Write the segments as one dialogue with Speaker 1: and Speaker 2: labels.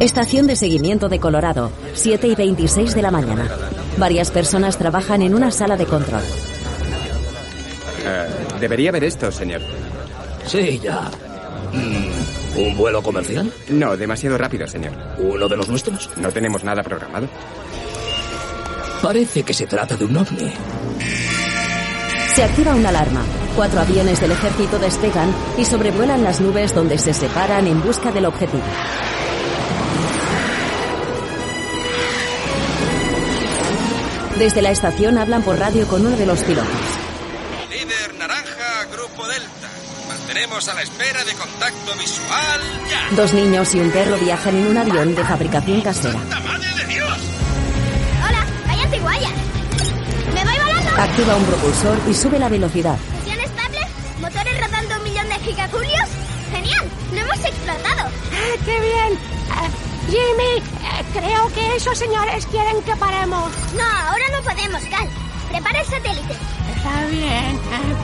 Speaker 1: Estación de seguimiento de Colorado, 7 y 26 de la mañana. Varias personas trabajan en una sala de control.
Speaker 2: Eh, debería ver esto, señor.
Speaker 3: Sí, ya. Mm, ¿Un vuelo comercial?
Speaker 2: No, demasiado rápido, señor.
Speaker 3: ¿Uno de los nuestros?
Speaker 2: No tenemos nada programado.
Speaker 3: Parece que se trata de un ovni.
Speaker 1: Se activa una alarma. Cuatro aviones del ejército despegan y sobrevuelan las nubes donde se separan en busca del objetivo. Desde la estación hablan por radio con uno de los pilotos.
Speaker 4: Líder Naranja, Grupo Delta. Mantenemos a la espera de contacto visual ya.
Speaker 1: Dos niños y un perro viajan en un avión de fabricación casera.
Speaker 4: ¡Santa madre de Dios!
Speaker 5: Hola, cállate guaya. Me voy volando.
Speaker 1: Activa un propulsor y sube la velocidad.
Speaker 5: Presión estable, motores rotando un millón de gigajulios. Genial, lo hemos explotado.
Speaker 6: ¡Ah, ¡Qué bien! Ah, Jimmy, eh, creo que esos señores quieren que paremos.
Speaker 5: No, ahora no podemos, Cal. Prepara el satélite.
Speaker 6: Está bien. eh,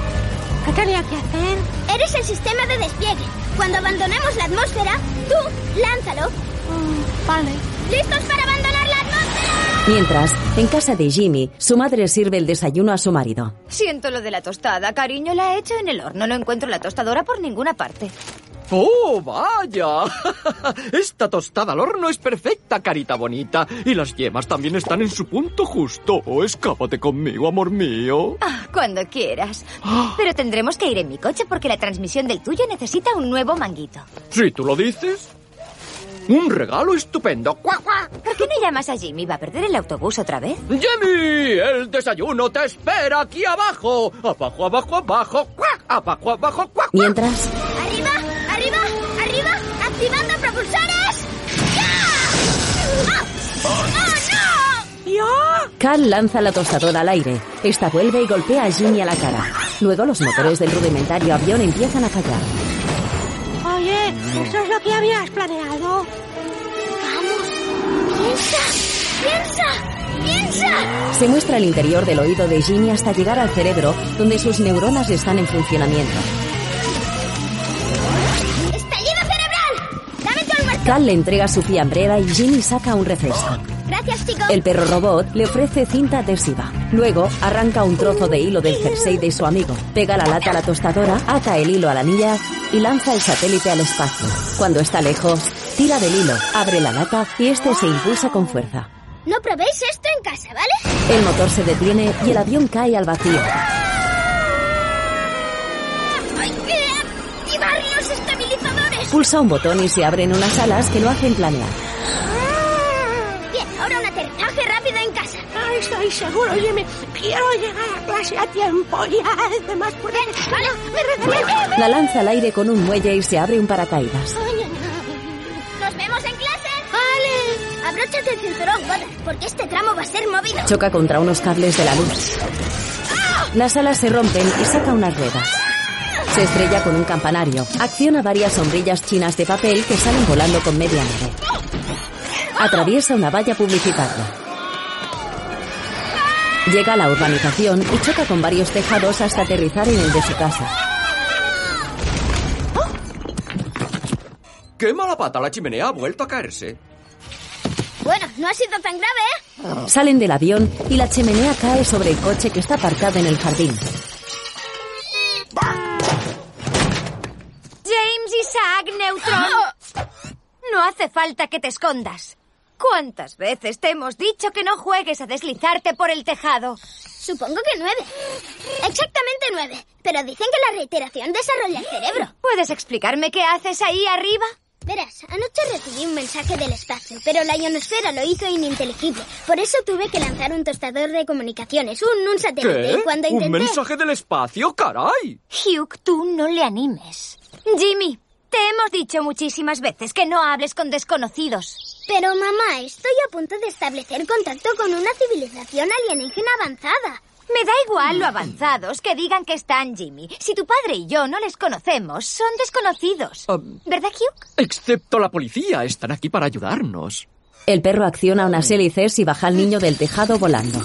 Speaker 6: ¿Qué tenía que hacer?
Speaker 5: Eres el sistema de despliegue. Cuando abandonemos la atmósfera, tú lánzalo.
Speaker 6: Mm, vale.
Speaker 5: ¿Listos para abandonar la atmósfera?
Speaker 1: Mientras, en casa de Jimmy, su madre sirve el desayuno a su marido.
Speaker 7: Siento lo de la tostada, cariño, la he hecho en el horno. No encuentro la tostadora por ninguna parte.
Speaker 8: ¡Oh, vaya! Esta tostada al horno es perfecta, carita bonita. Y las yemas también están en su punto justo. Oh, escápate conmigo, amor mío.
Speaker 7: Ah, cuando quieras. Pero tendremos que ir en mi coche porque la transmisión del tuyo necesita un nuevo manguito.
Speaker 8: Si tú lo dices. Un regalo estupendo. ¡Cuac, cuac!
Speaker 7: ¿Por qué no llamas a Jimmy? ¿Va a perder el autobús otra vez?
Speaker 8: ¡Jimmy! ¡El desayuno te espera aquí abajo! ¡Abajo, abajo, abajo! ¡Cuac! ¡Abajo, abajo, cuac! cuac!
Speaker 1: Mientras,
Speaker 5: Arriba, arriba, arriba, activando propulsores. ¡Ya! ¡Ah! ¡Oh,
Speaker 1: Cal lanza la tostadora al aire. Esta vuelve y golpea a Jimmy a la cara. Luego los motores del rudimentario avión empiezan a fallar.
Speaker 6: Oye, ¿eso es lo que habías planeado?
Speaker 5: no! ¡Piensa! ¡Piensa! ¡Piensa!
Speaker 1: Se muestra el interior del oído de Jimmy hasta llegar al cerebro, donde sus neuronas están en funcionamiento.
Speaker 5: ¡Estallido cerebral! ¡Dame tu almuerzo!
Speaker 1: Cal le entrega su fiambrera y Jimmy saca un refresco.
Speaker 5: Gracias, chico.
Speaker 1: El perro robot le ofrece cinta adhesiva. Luego arranca un trozo de hilo del jersey de su amigo, pega la lata a la tostadora, ata el hilo a la anilla y lanza el satélite al espacio. Cuando está lejos, tira del hilo, abre la lata y este se impulsa con fuerza.
Speaker 5: No probéis esto en casa, ¿vale?
Speaker 1: El motor se detiene y el avión cae al vacío.
Speaker 5: Hay que activar los estabilizadores.
Speaker 1: Pulsa un botón y se abren unas alas que lo hacen planear.
Speaker 5: ¡Ah! Bien, ahora un aterrizaje rápido en casa.
Speaker 6: Ah, estoy seguro, Jimmy. Quiero llegar a clase a tiempo y además por el...
Speaker 5: Vale, me regalé.
Speaker 1: La lanza al aire con un muelle y se abre un paracaídas.
Speaker 5: Nos vemos en clase. Vale. Abróchate el cinturón, Goddard, porque este tramo va a ser movido.
Speaker 1: Choca contra unos cables de la luz. Las alas se rompen y saca unas ruedas. Se estrella con un campanario. Acciona varias sombrillas chinas de papel que salen volando con media nave. Atraviesa una valla publicitaria. Llega a la urbanización y choca con varios tejados hasta aterrizar en el de su casa.
Speaker 8: ¡Qué mala pata! La chimenea ha vuelto a caerse.
Speaker 5: Bueno, no ha sido tan grave, ¿eh?
Speaker 1: Salen del avión y la chimenea cae sobre el coche que está aparcado en el jardín.
Speaker 7: James Isaac Neutron. Ah. No hace falta que te escondas. ¿Cuántas veces te hemos dicho que no juegues a deslizarte por el tejado?
Speaker 5: Supongo que nueve. Exactamente nueve. Pero dicen que la reiteración desarrolla el cerebro.
Speaker 7: ¿Puedes explicarme qué haces ahí arriba?
Speaker 5: Verás, anoche recibí un mensaje del espacio, pero la ionosfera lo hizo ininteligible. Por eso tuve que lanzar un tostador de comunicaciones, un, un satélite.
Speaker 8: ¿Qué?
Speaker 5: Y cuando
Speaker 8: ¿Un
Speaker 5: intenté...
Speaker 8: mensaje del espacio? ¡Caray!
Speaker 7: Hugh, tú no le animes. Jimmy, te hemos dicho muchísimas veces que no hables con desconocidos.
Speaker 5: Pero mamá, estoy a punto de establecer contacto con una civilización alienígena avanzada.
Speaker 7: Me da igual lo avanzados que digan que están Jimmy. Si tu padre y yo no les conocemos, son desconocidos. ¿Verdad, Hugh?
Speaker 8: Excepto la policía, están aquí para ayudarnos.
Speaker 1: El perro acciona unas hélices y baja al niño del tejado volando.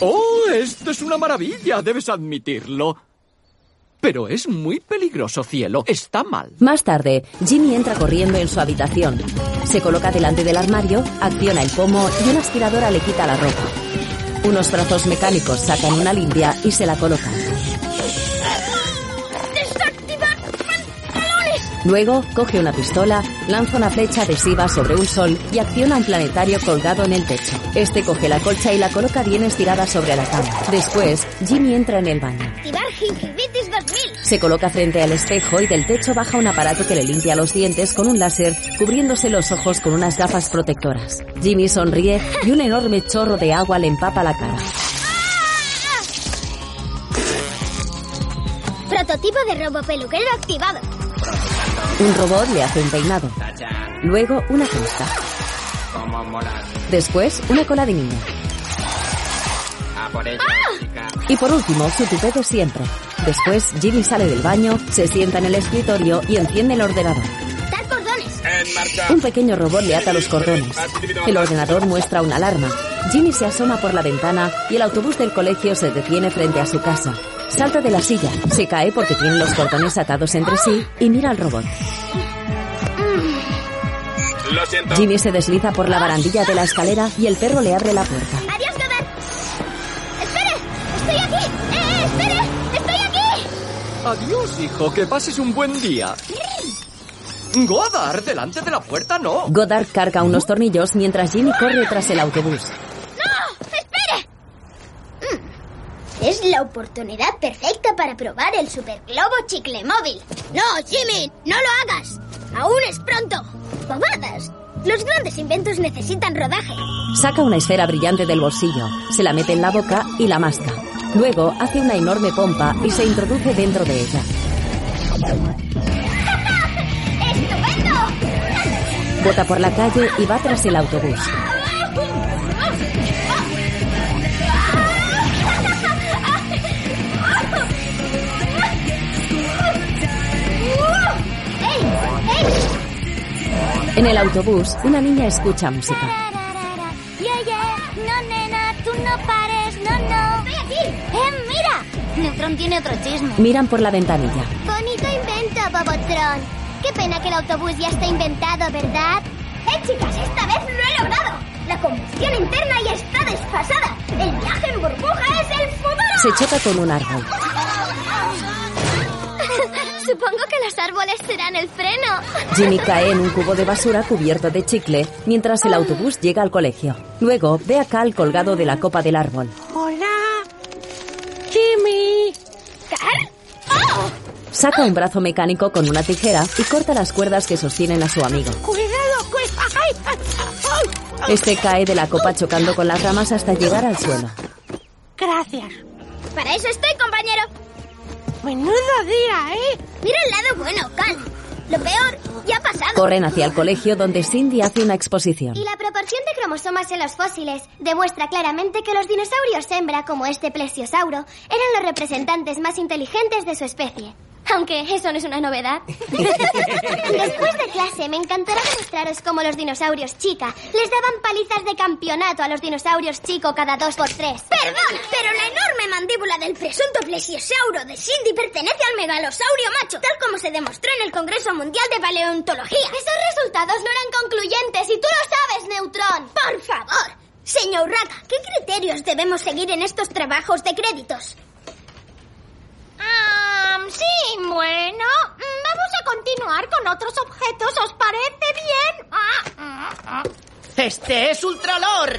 Speaker 8: Oh, esto es una maravilla, debes admitirlo. Pero es muy peligroso, cielo. Está mal.
Speaker 1: Más tarde, Jimmy entra corriendo en su habitación. Se coloca delante del armario, acciona el pomo y una aspiradora le quita la ropa. Unos brazos mecánicos sacan una limpia y se la colocan.
Speaker 5: ¡Desactivar pantalones!
Speaker 1: Luego, coge una pistola, lanza una flecha adhesiva sobre un sol y acciona un planetario colgado en el techo. Este coge la colcha y la coloca bien estirada sobre la cama. Después, Jimmy entra en el baño.
Speaker 5: Activar gingivitis 2000.
Speaker 1: Se coloca frente al espejo y del techo baja un aparato que le limpia los dientes con un láser, cubriéndose los ojos con unas gafas protectoras. Jimmy sonríe y un enorme chorro de agua le empapa la cara.
Speaker 5: Prototipo de robo peluquero activado.
Speaker 1: Un robot le hace un peinado. Luego una cresta. Después una cola de niño. ¡Ah! Y por último, su tupé de siempre. Después, Jimmy sale del baño, se sienta en el escritorio y enciende el ordenador.
Speaker 5: Dar cordones.
Speaker 4: En marcha.
Speaker 1: Un pequeño robot le ata los cordones. El ordenador muestra una alarma. Jimmy se asoma por la ventana y el autobús del colegio se detiene frente a su casa. Salta de la silla, se cae porque tiene los cordones atados entre sí y mira al robot.
Speaker 4: Lo siento.
Speaker 1: Jimmy se desliza por la barandilla de la escalera y el perro le abre la puerta.
Speaker 5: Adiós, Gober. Espere. Estoy aquí. Eh, eh, espere. Estoy aquí.
Speaker 8: Adiós, hijo, que pases un buen día. Godard, delante de la puerta no.
Speaker 1: Goddard carga unos tornillos mientras Jimmy corre tras el autobús.
Speaker 5: ¡No! ¡Espere! Es la oportunidad perfecta para probar el superglobo chicle móvil. ¡No, Jimmy! ¡No lo hagas! ¡Aún es pronto! ¡Bobadas! Los grandes inventos necesitan rodaje.
Speaker 1: Saca una esfera brillante del bolsillo, se la mete en la boca y la masca. Luego hace una enorme pompa y se introduce dentro de ella.
Speaker 5: ¡Estupendo!
Speaker 1: Bota por la calle y va tras el autobús.
Speaker 5: ¡Ey! ¡Ey!
Speaker 1: En el autobús, una niña escucha música.
Speaker 5: Yeah, yeah. No, nena, tú no pares. No, no. ¡Estoy aquí! ¡Eh, mira! Neutron tiene otro chisme.
Speaker 1: Miran por la ventanilla.
Speaker 5: Bonito invento, Bobotron. Qué pena que el autobús ya está inventado, ¿verdad? ¡Eh, chicas! ¡Esta vez lo he logrado! La combustión interna ya está desfasada. El viaje en burbuja es el futuro.
Speaker 1: Se choca con un árbol.
Speaker 5: Supongo que los árboles serán el freno.
Speaker 1: Jimmy cae en un cubo de basura cubierto de chicle mientras el autobús llega al colegio. Luego ve a Cal colgado de la copa del árbol.
Speaker 6: Hola. Jimmy.
Speaker 1: Saca un brazo mecánico con una tijera y corta las cuerdas que sostienen a su amigo.
Speaker 6: Cuidado, cuidado. ¡Ay! ¡Ay! ¡Ay!
Speaker 1: Este cae de la copa chocando con las ramas hasta llegar al suelo.
Speaker 6: Gracias.
Speaker 5: Para eso estoy, compañero.
Speaker 6: Menudo día, ¿eh?
Speaker 5: Mira el lado bueno, Cal. Lo peor ya ha pasado.
Speaker 1: Corren hacia el colegio donde Cindy hace una exposición.
Speaker 5: Y la proporción de cromosomas en los fósiles demuestra claramente que los dinosaurios hembra, como este plesiosauro, eran los representantes más inteligentes de su especie. Aunque eso no es una novedad. Después de clase me encantará demostraros cómo los dinosaurios chica les daban palizas de campeonato a los dinosaurios chico cada dos por tres. Perdón, pero la enorme mandíbula del presunto plesiosauro de Cindy pertenece al megalosaurio macho, tal como se demostró en el Congreso Mundial de Paleontología. Esos resultados no eran concluyentes y tú lo sabes, Neutrón. Por favor. Señor Rata, ¿qué criterios debemos seguir en estos trabajos de créditos?
Speaker 6: sí, bueno. Mm, Vamos a continuar con otros objetos. ¿Os parece bien? Ah,
Speaker 9: Este es Ultralor.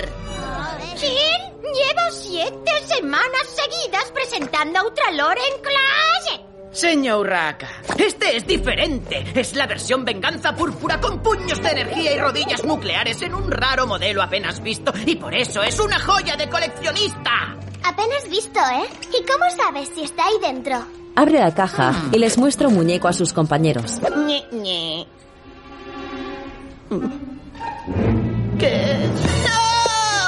Speaker 6: Jim, ah. llevo siete semanas seguidas presentando a Ultralor en clase.
Speaker 9: Señor Urraca, este es diferente. Es la versión venganza púrpura con puños de energía y rodillas nucleares en un raro modelo apenas visto y por eso es una joya de coleccionista.
Speaker 5: Apenas visto, ¿eh? ¿Y cómo sabes si está ahí dentro?
Speaker 1: Abre la caja y les muestra un muñeco a sus compañeros.
Speaker 9: Ñe, Ñe, ¿Qué? ¡No!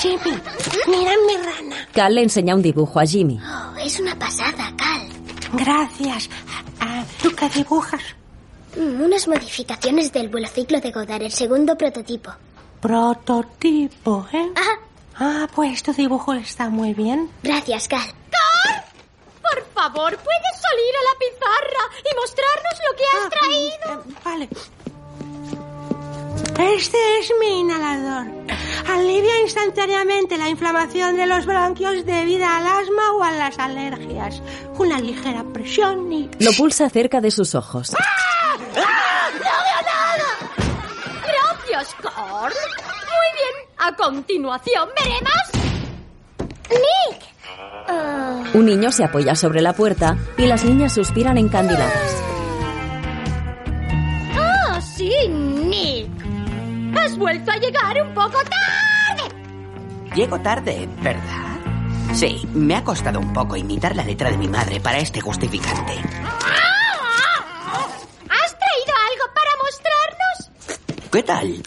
Speaker 10: Jimmy, mira mi rana.
Speaker 1: Cal le enseña un dibujo a Jimmy.
Speaker 5: Oh, es una pasada, Cal.
Speaker 10: Gracias. Ah, ¿Tú qué dibujas?
Speaker 5: Mm, unas modificaciones del velociclo de Godard, el segundo prototipo.
Speaker 10: Prototipo, ¿eh? Ah, pues tu dibujo está muy bien.
Speaker 5: Gracias, Cal.
Speaker 6: ¡Car! Por favor, ¿puedes salir a la pizarra y mostrarnos lo que has traído?
Speaker 10: Ah, eh, Vale. Este es mi inhalador. Alivia instantáneamente la inflamación de los bronquios debida al asma o a las alergias. Una ligera presión y...
Speaker 1: Lo pulsa cerca de sus ojos.
Speaker 6: ¡Ah! ¡No veo nada! Gracias, Carl. Muy bien, a continuación veremos.
Speaker 5: ¡Nick!
Speaker 1: Un niño se apoya sobre la puerta y las niñas suspiran encandiladas.
Speaker 6: ¡Oh, sí, Nick! Has vuelto a llegar un poco tarde.
Speaker 11: Llego tarde, ¿verdad? Sí, me ha costado un poco imitar la letra de mi madre para este justificante.
Speaker 6: ¿Has traído algo para mostrarnos?
Speaker 11: ¿Qué tal?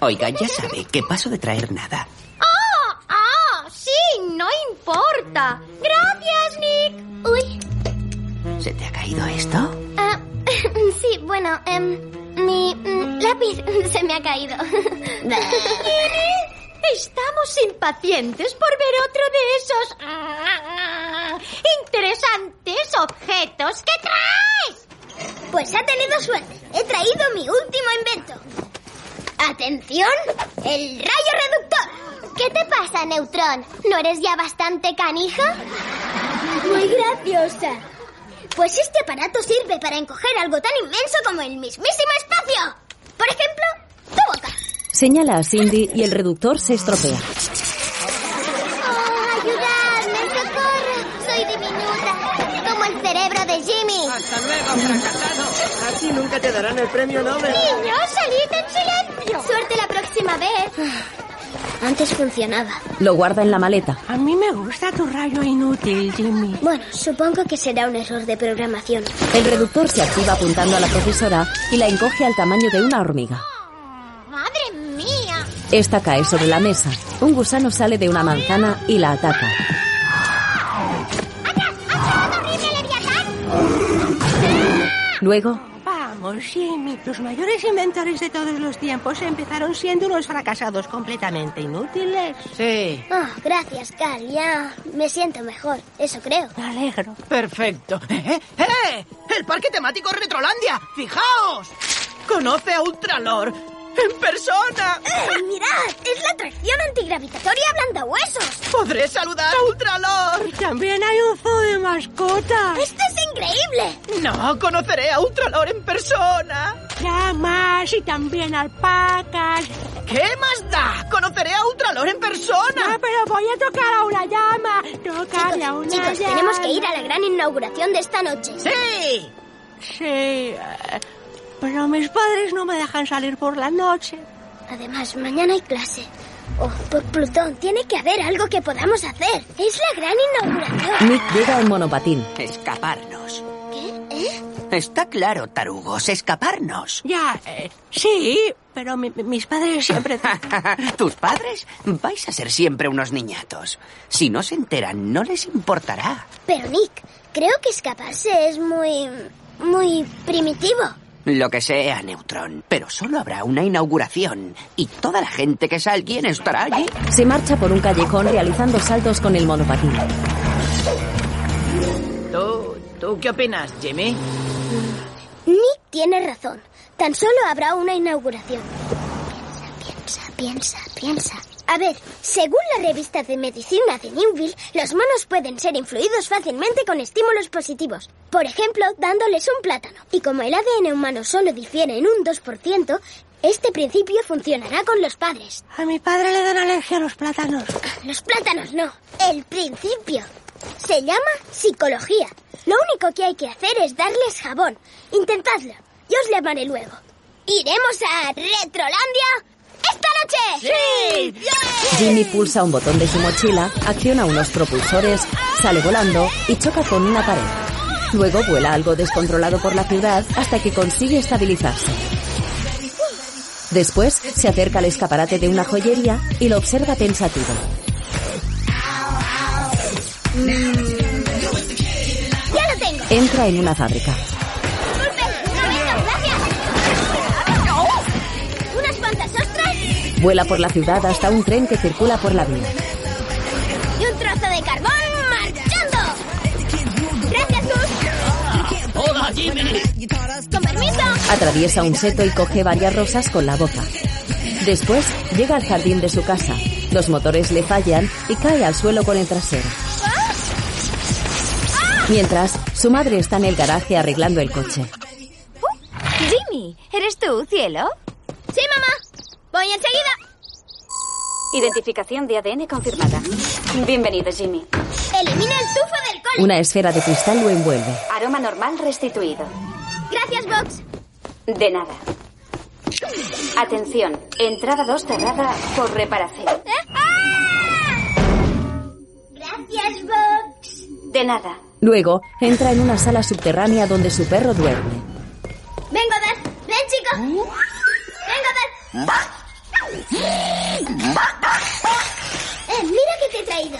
Speaker 11: Oiga, ya sabe que paso de traer nada.
Speaker 6: ¡Oh! ¡Ah! ¡Sí! ¡No importa! ¡Gracias, Nick!
Speaker 5: Uy,
Speaker 11: ¿Se te ha caído esto?
Speaker 5: ah, sí, bueno, em, mi mm, lápiz se me ha caído.
Speaker 6: Estamos impacientes por ver otro de esos ah, interesantes objetos que traes.
Speaker 5: Pues ha tenido suerte. He traído mi último invento. Atención, el rayo reductor. ¿Qué te pasa, Neutrón? ¿No eres ya bastante canija? Muy graciosa. Pues este aparato sirve para encoger algo tan inmenso como el mismísimo espacio. Por ejemplo, tu boca.
Speaker 1: Señala a Cindy y el reductor se estropea.
Speaker 5: Oh, ayudadme, socorro. Soy diminuta, como el cerebro de Jimmy.
Speaker 12: Hasta luego, fracasado. Así nunca te darán el premio Nobel.
Speaker 5: Niños, salid en silencio. Suerte la próxima vez. Antes funcionaba.
Speaker 1: Lo guarda en la maleta.
Speaker 10: A mí me gusta tu rayo inútil, Jimmy.
Speaker 5: Bueno, supongo que será un error de programación.
Speaker 1: El reductor se activa apuntando a la profesora y la encoge al tamaño de una hormiga.
Speaker 6: ¡Madre mía!
Speaker 1: Esta cae sobre la mesa. Un gusano sale de una manzana y la ataca. Luego,
Speaker 10: Vamos, Jimmy. Los mayores inventores de todos los tiempos empezaron siendo unos fracasados completamente inútiles.
Speaker 12: Sí.
Speaker 5: Ah, gracias, Cal. Ya me siento mejor. Eso creo.
Speaker 10: Me alegro.
Speaker 12: Perfecto. ¡Eh! ¡Eh! ¡El parque temático Retrolandia! ¡Fijaos! ¡Conoce a Ultralor! ¡En persona!
Speaker 5: ¡Eh, mirad! Es la atracción antigravitatoria blanda huesos.
Speaker 12: ¡Podré saludar a Ultralor!
Speaker 10: También hay un zoo de mascotas.
Speaker 5: ¡Esto es increíble!
Speaker 12: ¡No! ¡Conoceré a Ultralor en persona!
Speaker 10: Llamas y también alpacas.
Speaker 12: ¿Qué más da? ¡Conoceré a Ultralor en
Speaker 10: No,
Speaker 12: persona!
Speaker 10: pero voy a tocar a una llama. Tocarle a una
Speaker 5: Chicos,
Speaker 10: llama.
Speaker 5: tenemos que ir a la gran inauguración de esta noche.
Speaker 12: ¡Sí!
Speaker 10: Sí, eh, pero mis padres no me dejan salir por la noche.
Speaker 5: Además, mañana hay clase. Oh, por Plutón, tiene que haber algo que podamos hacer. Es la gran inauguración.
Speaker 1: Nick llega en monopatín.
Speaker 11: Escaparnos.
Speaker 5: ¿Qué? ¿Eh?
Speaker 11: Está claro, tarugos, escaparnos.
Speaker 10: Ya, eh, sí, pero mi- mi- mis padres siempre...
Speaker 11: Tus padres vais a ser siempre unos niñatos. Si no se enteran, no les importará.
Speaker 5: Pero, Nick, creo que escaparse es muy... muy primitivo.
Speaker 11: Lo que sea, Neutron. Pero solo habrá una inauguración. Y toda la gente que sea alguien estará allí.
Speaker 1: Se marcha por un callejón realizando saltos con el monopatín.
Speaker 9: ¿Tú, ¿Tú qué opinas, Jimmy?
Speaker 5: Nick tiene razón. Tan solo habrá una inauguración. Piensa, piensa, piensa, piensa. A ver, según la revista de medicina de Newville, los monos pueden ser influidos fácilmente con estímulos positivos. Por ejemplo, dándoles un plátano. Y como el ADN humano solo difiere en un 2%, este principio funcionará con los padres. Ah,
Speaker 10: A mi padre le dan alergia a los plátanos.
Speaker 5: Los plátanos no. El principio. Se llama psicología. Lo único que hay que hacer es darles jabón. Intentadlo. Yo os llamaré luego. Iremos a Retrolandia esta noche. ¡Sí!
Speaker 1: Jimmy pulsa un botón de su mochila, acciona unos propulsores, sale volando y choca con una pared. Luego vuela algo descontrolado por la ciudad hasta que consigue estabilizarse. Después se acerca al escaparate de una joyería y lo observa pensativo.
Speaker 5: ¡Ya lo tengo!
Speaker 1: Entra en una fábrica.
Speaker 5: ¡Disculpe! ¡Un momento! ¡Gracias! ¿Unas cuantas ostras?
Speaker 1: Vuela por la ciudad hasta un tren que circula por la vía.
Speaker 5: ¡Y un trozo de carbón marchando! ¡Gracias, Gus!
Speaker 9: ¡Hola, Jimmy!
Speaker 5: ¡Con permiso!
Speaker 1: Atraviesa un seto y coge varias rosas con la boca. Después llega al jardín de su casa. Los motores le fallan y cae al suelo con el trasero. Mientras, su madre está en el garaje arreglando el coche.
Speaker 7: Jimmy, ¿eres tú, cielo?
Speaker 5: Sí, mamá. Voy enseguida.
Speaker 13: Identificación de ADN confirmada. Bienvenido, Jimmy.
Speaker 5: Elimina el tufo del cole.
Speaker 1: Una esfera de cristal lo envuelve.
Speaker 13: Aroma normal restituido.
Speaker 5: Gracias, Box.
Speaker 13: De nada. Atención, entrada 2 cerrada por reparación.
Speaker 7: ¿Eh?
Speaker 5: Gracias, Box.
Speaker 13: De nada.
Speaker 1: Luego, entra en una sala subterránea donde su perro duerme.
Speaker 5: Vengo, Dad. Ven, chico. Vengo, Dad. Eh, mira que te he traído.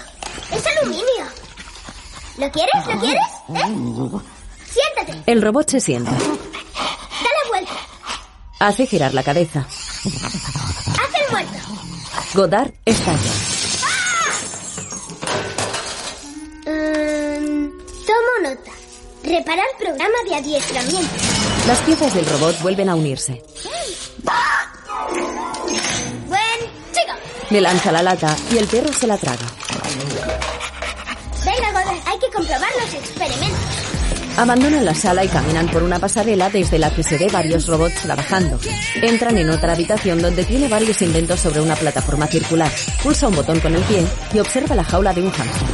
Speaker 5: Es aluminio. ¿Lo quieres? ¿Lo quieres? ¿Eh? Siéntate.
Speaker 1: El robot se sienta.
Speaker 5: Dale vuelta.
Speaker 1: Hace girar la cabeza.
Speaker 5: Haz el muerto.
Speaker 1: Godard estalla.
Speaker 5: Mm, tomo nota. Reparar programa de adiestramiento.
Speaker 1: Las piezas del robot vuelven a unirse.
Speaker 5: Buen chico.
Speaker 1: Le lanza la lata y el perro se la traga.
Speaker 5: Venga, Godard, hay que comprobar los experimentos.
Speaker 1: Abandonan la sala y caminan por una pasarela desde la que se ve varios robots trabajando. Entran en otra habitación donde tiene varios inventos sobre una plataforma circular. Pulsa un botón con el pie y observa la jaula de un hámster.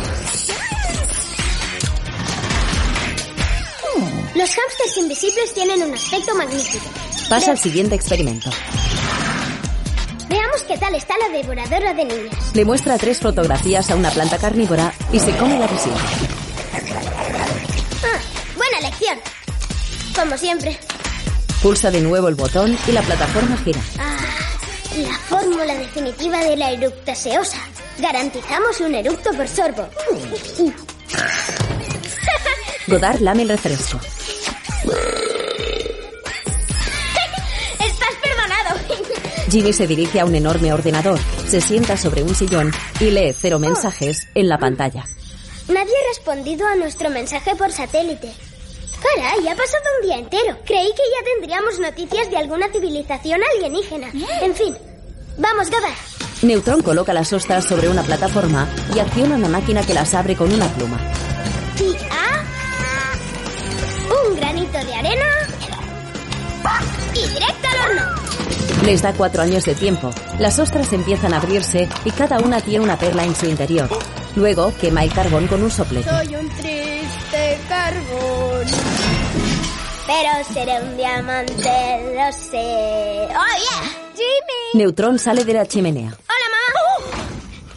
Speaker 5: Los hámsters invisibles tienen un aspecto magnífico.
Speaker 1: Pasa al siguiente experimento.
Speaker 5: Veamos qué tal está la devoradora de niñas.
Speaker 1: Le muestra tres fotografías a una planta carnívora y se come la visión.
Speaker 5: Ah, buena lección. Como siempre.
Speaker 1: Pulsa de nuevo el botón y la plataforma gira.
Speaker 5: La fórmula definitiva de la eructa seosa. Garantizamos un eructo por sorbo.
Speaker 1: Godard lame el refresco.
Speaker 5: Estás perdonado.
Speaker 1: Jimmy se dirige a un enorme ordenador, se sienta sobre un sillón y lee
Speaker 5: Oh.
Speaker 1: cero mensajes en la pantalla.
Speaker 5: Nadie ha respondido a nuestro mensaje por satélite. Caray, ha pasado un día entero. Creí que ya tendríamos noticias de alguna civilización alienígena. En fin, vamos, Godard.
Speaker 1: Neutron coloca las ostras sobre una plataforma y acciona una máquina que las abre con una pluma.
Speaker 5: Y a... Un granito de arena. Y directo al horno.
Speaker 1: Les da cuatro años de tiempo. Las ostras empiezan a abrirse y cada una tiene una perla en su interior. Luego quema el carbón con un soplete.
Speaker 6: Soy un triste carbón.
Speaker 5: Pero seré un diamante, lo sé. ¡Oh, yeah! ¡Jimmy!
Speaker 1: Neutron sale de la chimenea.
Speaker 5: ¡Hola, mamá!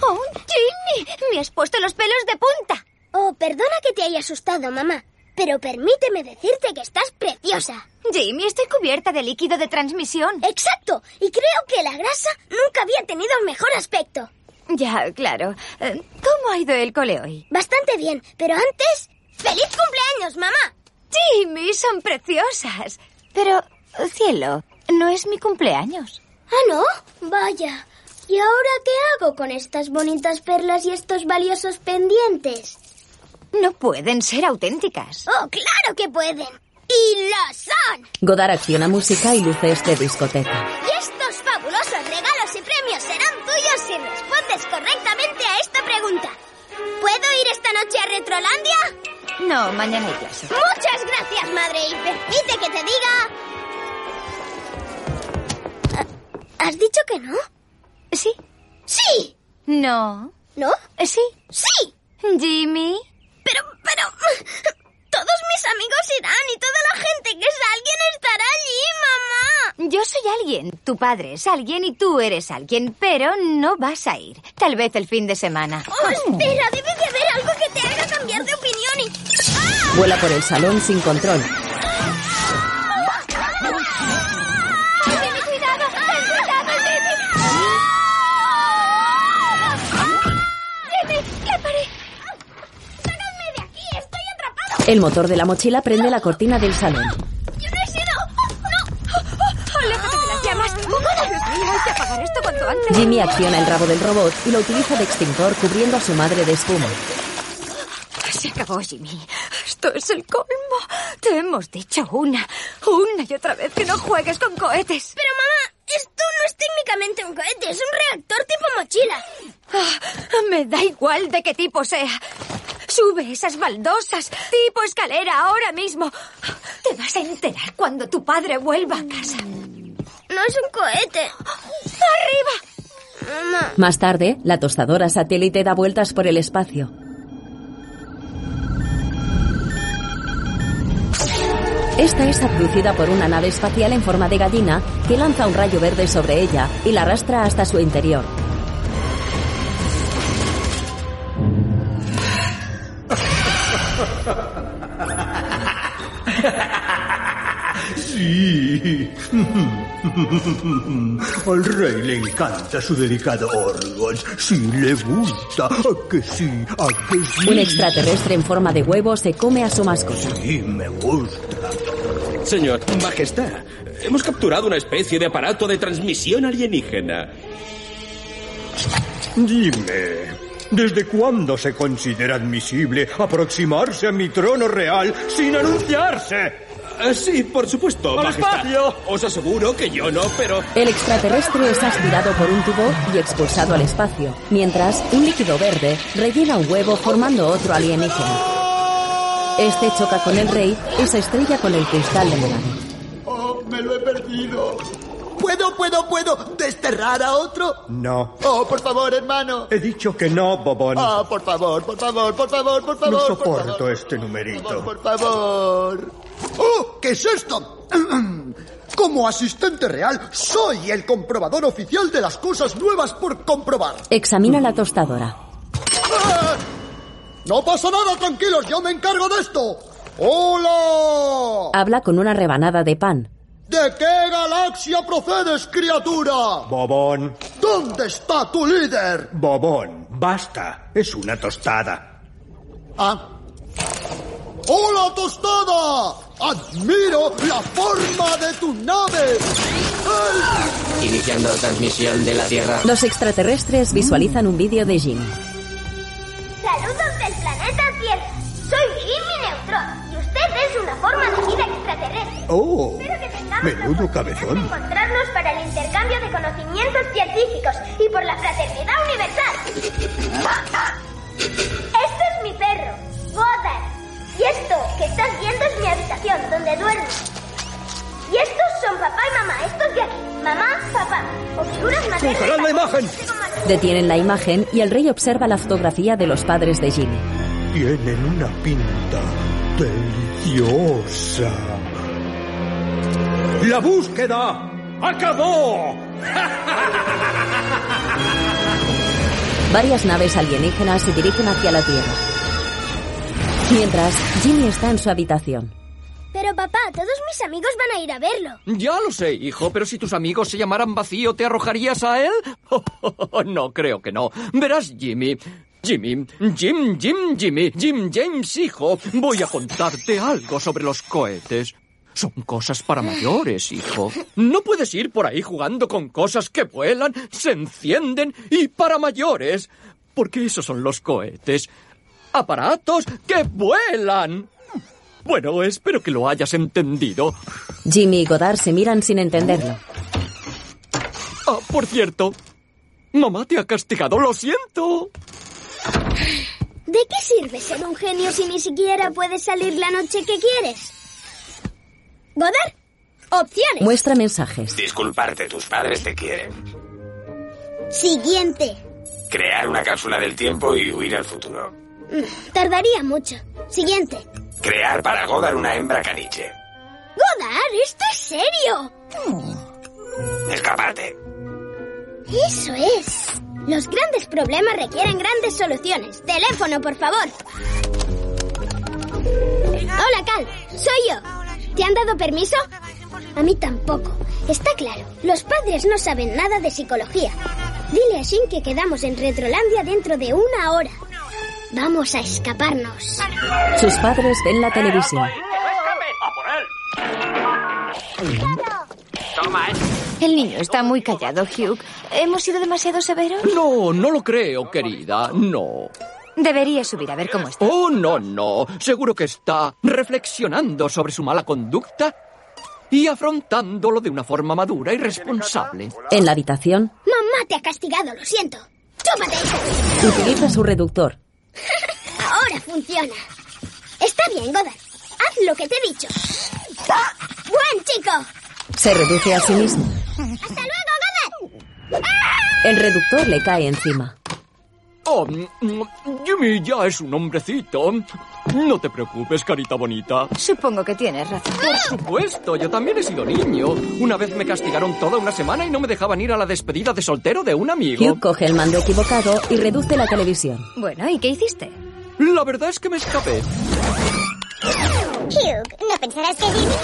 Speaker 7: ¡Oh, oh, Jimmy! ¡Me has puesto los pelos de punta!
Speaker 5: Oh, perdona que te haya asustado, mamá. Pero permíteme decirte que estás preciosa.
Speaker 7: Jimmy, estoy cubierta de líquido de transmisión.
Speaker 5: Exacto. Y creo que la grasa nunca había tenido un mejor aspecto.
Speaker 7: Ya, claro. Eh, ¿Cómo ha ido el cole hoy?
Speaker 5: Bastante bien, pero antes... ¡Feliz cumpleaños, mamá!
Speaker 7: Jimmy, son preciosas. Pero, Oh, cielo, no es mi cumpleaños.
Speaker 5: ¿Ah, no? Vaya. ¿Y ahora qué hago con estas bonitas perlas y estos valiosos pendientes?
Speaker 7: No pueden ser auténticas.
Speaker 5: ¡Oh, claro que pueden! ¡Y lo son!
Speaker 1: Godard acciona música y luces de discoteca.
Speaker 5: Y estos fabulosos regalos y premios serán tuyos si respondes correctamente a esta pregunta. ¿Puedo ir esta noche a Retrolandia?
Speaker 7: No, mañana hay clase.
Speaker 5: Muchas gracias, madre, y permite que te diga... ¿Ha- ¿Has dicho que no?
Speaker 7: ¿Sí?
Speaker 5: ¡Sí!
Speaker 7: No.
Speaker 5: ¿No?
Speaker 7: ¿Sí?
Speaker 5: ¡Sí!
Speaker 7: Jimmy.
Speaker 5: Pero, pero... Todos mis amigos irán y toda la gente que es alguien estará allí, mamá.
Speaker 7: Yo soy alguien, tu padre es alguien y tú eres alguien, pero no vas a ir. Tal vez el fin de semana.
Speaker 5: Oh, espera, debe de haber algo que te haga cambiar de opinión y... ¡Ah!
Speaker 1: Vuela por el salón sin control.
Speaker 5: ¡Ah! ¡Ah! ¡Ah! ¡Ah! ¡Ah!
Speaker 7: ¡Ah!
Speaker 1: El motor de la mochila prende la cortina del salón.
Speaker 7: ¡Yo no he sido! ¡Oh, ¡No! oh! ¡Aléjate de las llamas! ¡Dios mío, hay que apagar esto cuanto antes!
Speaker 1: Jimmy acciona el rabo del robot y lo utiliza de extintor cubriendo a su madre de espuma.
Speaker 7: Pues Se acabó, Jimmy. Esto es el colmo. Te hemos dicho una, una y otra vez que no juegues con cohetes.
Speaker 5: Pero, mamá, esto no es técnicamente un cohete, es un reactor tipo mochila.
Speaker 7: Ah, me da igual de qué tipo sea. Sube esas baldosas, tipo escalera, ahora mismo. Te vas a enterar cuando tu padre vuelva a casa.
Speaker 5: No es un cohete.
Speaker 7: ¡Arriba!
Speaker 5: Mamá,
Speaker 1: Más tarde, la tostadora satélite da vueltas por el espacio. Esta es abducida por una nave espacial en forma de gallina que lanza un rayo verde sobre ella y la arrastra hasta su interior.
Speaker 14: Sí. Al rey le encanta su delicado órgano. Sí, le gusta. ¿A que sí? ¿A que sí?
Speaker 1: Un extraterrestre en forma de huevo se come a su mascota.
Speaker 14: Sí, me gusta.
Speaker 15: Señor, Majestad, hemos capturado una especie de aparato de transmisión alienígena.
Speaker 14: Dime, ¿desde cuándo se considera admisible aproximarse a mi trono real sin anunciarse?
Speaker 15: Eh, Sí, por supuesto,
Speaker 14: ¡Al
Speaker 15: Majestad.
Speaker 14: espacio!
Speaker 15: Os aseguro que yo no, pero...
Speaker 1: El extraterrestre es aspirado por un tubo y expulsado al espacio, mientras un líquido verde rellena un huevo formando otro alienígena. Este choca con el rey y se estrella con el cristal de morado.
Speaker 16: Oh, me lo he perdido. ¿Puedo, puedo, puedo desterrar a otro?
Speaker 14: No.
Speaker 16: Oh, por favor, hermano.
Speaker 14: He dicho que no, Bobón.
Speaker 16: Ah, por favor, por favor, por favor, por favor.
Speaker 14: no
Speaker 16: por favor.
Speaker 14: soporto este numerito.
Speaker 16: Por favor. ¡Oh! ¿Qué es esto? Como asistente real, soy el comprobador oficial de las cosas nuevas por comprobar. Ah,
Speaker 1: Examina la tostadora.
Speaker 16: No pasa nada, tranquilos, yo me encargo de esto. ¡Hola!
Speaker 1: Habla con una rebanada de pan.
Speaker 16: ¿De qué galaxia procedes, criatura?
Speaker 14: Bobón,
Speaker 16: ¿Dónde está tu líder?
Speaker 14: Bobón, basta. Es una tostada.
Speaker 16: Ah. ¡Hola, tostada! ¡Admiro la forma de tu nave!
Speaker 17: Iniciando transmisión de la Tierra.
Speaker 1: Los extraterrestres visualizan un vídeo de Jim.
Speaker 18: Saludos del planeta Tierra. Soy Jimmy Neutron y usted es una forma de vida extraterrestre.
Speaker 14: Oh,
Speaker 18: tengamos
Speaker 14: menudo cabezón.
Speaker 18: Encontrarnos para el intercambio de conocimientos científicos y por la fraternidad universal. Este es mi perro, Godard. Y esto que estás viendo es mi habitación donde duermo. Y estos son papá y mamá, estos de aquí. Mamá, papá. O figuras maternas.
Speaker 14: ¡Congelad la imagen!
Speaker 1: Detienen la imagen y el rey observa la fotografía de los padres de Jimmy.
Speaker 14: Tienen una pinta deliciosa. ¡La búsqueda acabó!
Speaker 1: Varias naves alienígenas se dirigen hacia la Tierra. Mientras, Jimmy está en su habitación.
Speaker 5: Pero papá, todos mis amigos van a ir a verlo.
Speaker 8: Ya lo sé, hijo, pero si tus amigos se llamaran vacío, ¿te arrojarías a él? Oh, no, creo que no. Verás, Jimmy. Jimmy, Jim, Jim, Jimmy, Jim James, hijo, voy a contarte algo sobre los cohetes. Son cosas para mayores, hijo. No puedes ir por ahí jugando con cosas que vuelan, se encienden y para mayores. Porque esos son los cohetes. Aparatos que vuelan. Bueno, espero que lo hayas entendido.
Speaker 1: Jimmy y Godard se miran sin entenderlo.
Speaker 8: Ah, por cierto. Mamá te ha castigado, lo siento.
Speaker 5: ¿De qué sirve ser un genio si ni siquiera puedes salir la noche que quieres? Godard, opciones.
Speaker 1: Muestra mensajes.
Speaker 19: Disculparte, tus padres te quieren.
Speaker 5: Siguiente.
Speaker 19: Crear una cápsula del tiempo y huir al futuro.
Speaker 5: Mm, Tardaría mucho. Siguiente.
Speaker 19: Crear para Godar una hembra caniche.
Speaker 5: Godard, esto es serio.
Speaker 19: Escaparte.
Speaker 5: Eso es. Los grandes problemas requieren grandes soluciones. Teléfono, por favor. Hola, Cal. Soy yo. ¿Te han dado permiso? A mí tampoco. Está claro. Los padres no saben nada de psicología. Dile a Shin que quedamos en Retrolandia dentro de una hora.
Speaker 20: Vamos a escaparnos.
Speaker 1: Sus padres ven la televisión.
Speaker 9: Toma,
Speaker 7: El niño está muy callado, Hugh. ¿Hemos sido demasiado severos?
Speaker 8: No, no lo creo, querida. No.
Speaker 7: Debería subir a ver cómo está.
Speaker 8: Oh, no, no. Seguro que está reflexionando sobre su mala conducta y afrontándolo de una forma madura y responsable.
Speaker 1: En la habitación,
Speaker 20: Mamá te ha castigado, lo siento. ¡Chúpate eso!
Speaker 1: utiliza su reductor.
Speaker 20: Ahora funciona. Está bien, Goddard. Haz lo que te he dicho. ¡Buen chico!
Speaker 1: Se reduce a sí mismo.
Speaker 20: ¡Hasta luego, Goddard!
Speaker 1: El reductor le cae encima.
Speaker 8: Oh, mm, Jimmy ya es un hombrecito. No te preocupes, carita bonita.
Speaker 7: Supongo que tienes razón.
Speaker 8: Por supuesto, yo también he sido niño. Una vez me castigaron toda una semana y no me dejaban ir a la despedida de soltero de un amigo.
Speaker 1: Hugh coge el mando equivocado y reduce la televisión.
Speaker 7: Bueno, ¿y qué hiciste?
Speaker 8: La verdad es que me escapé.
Speaker 6: Hugh, ¿no pensarás que Jimmy?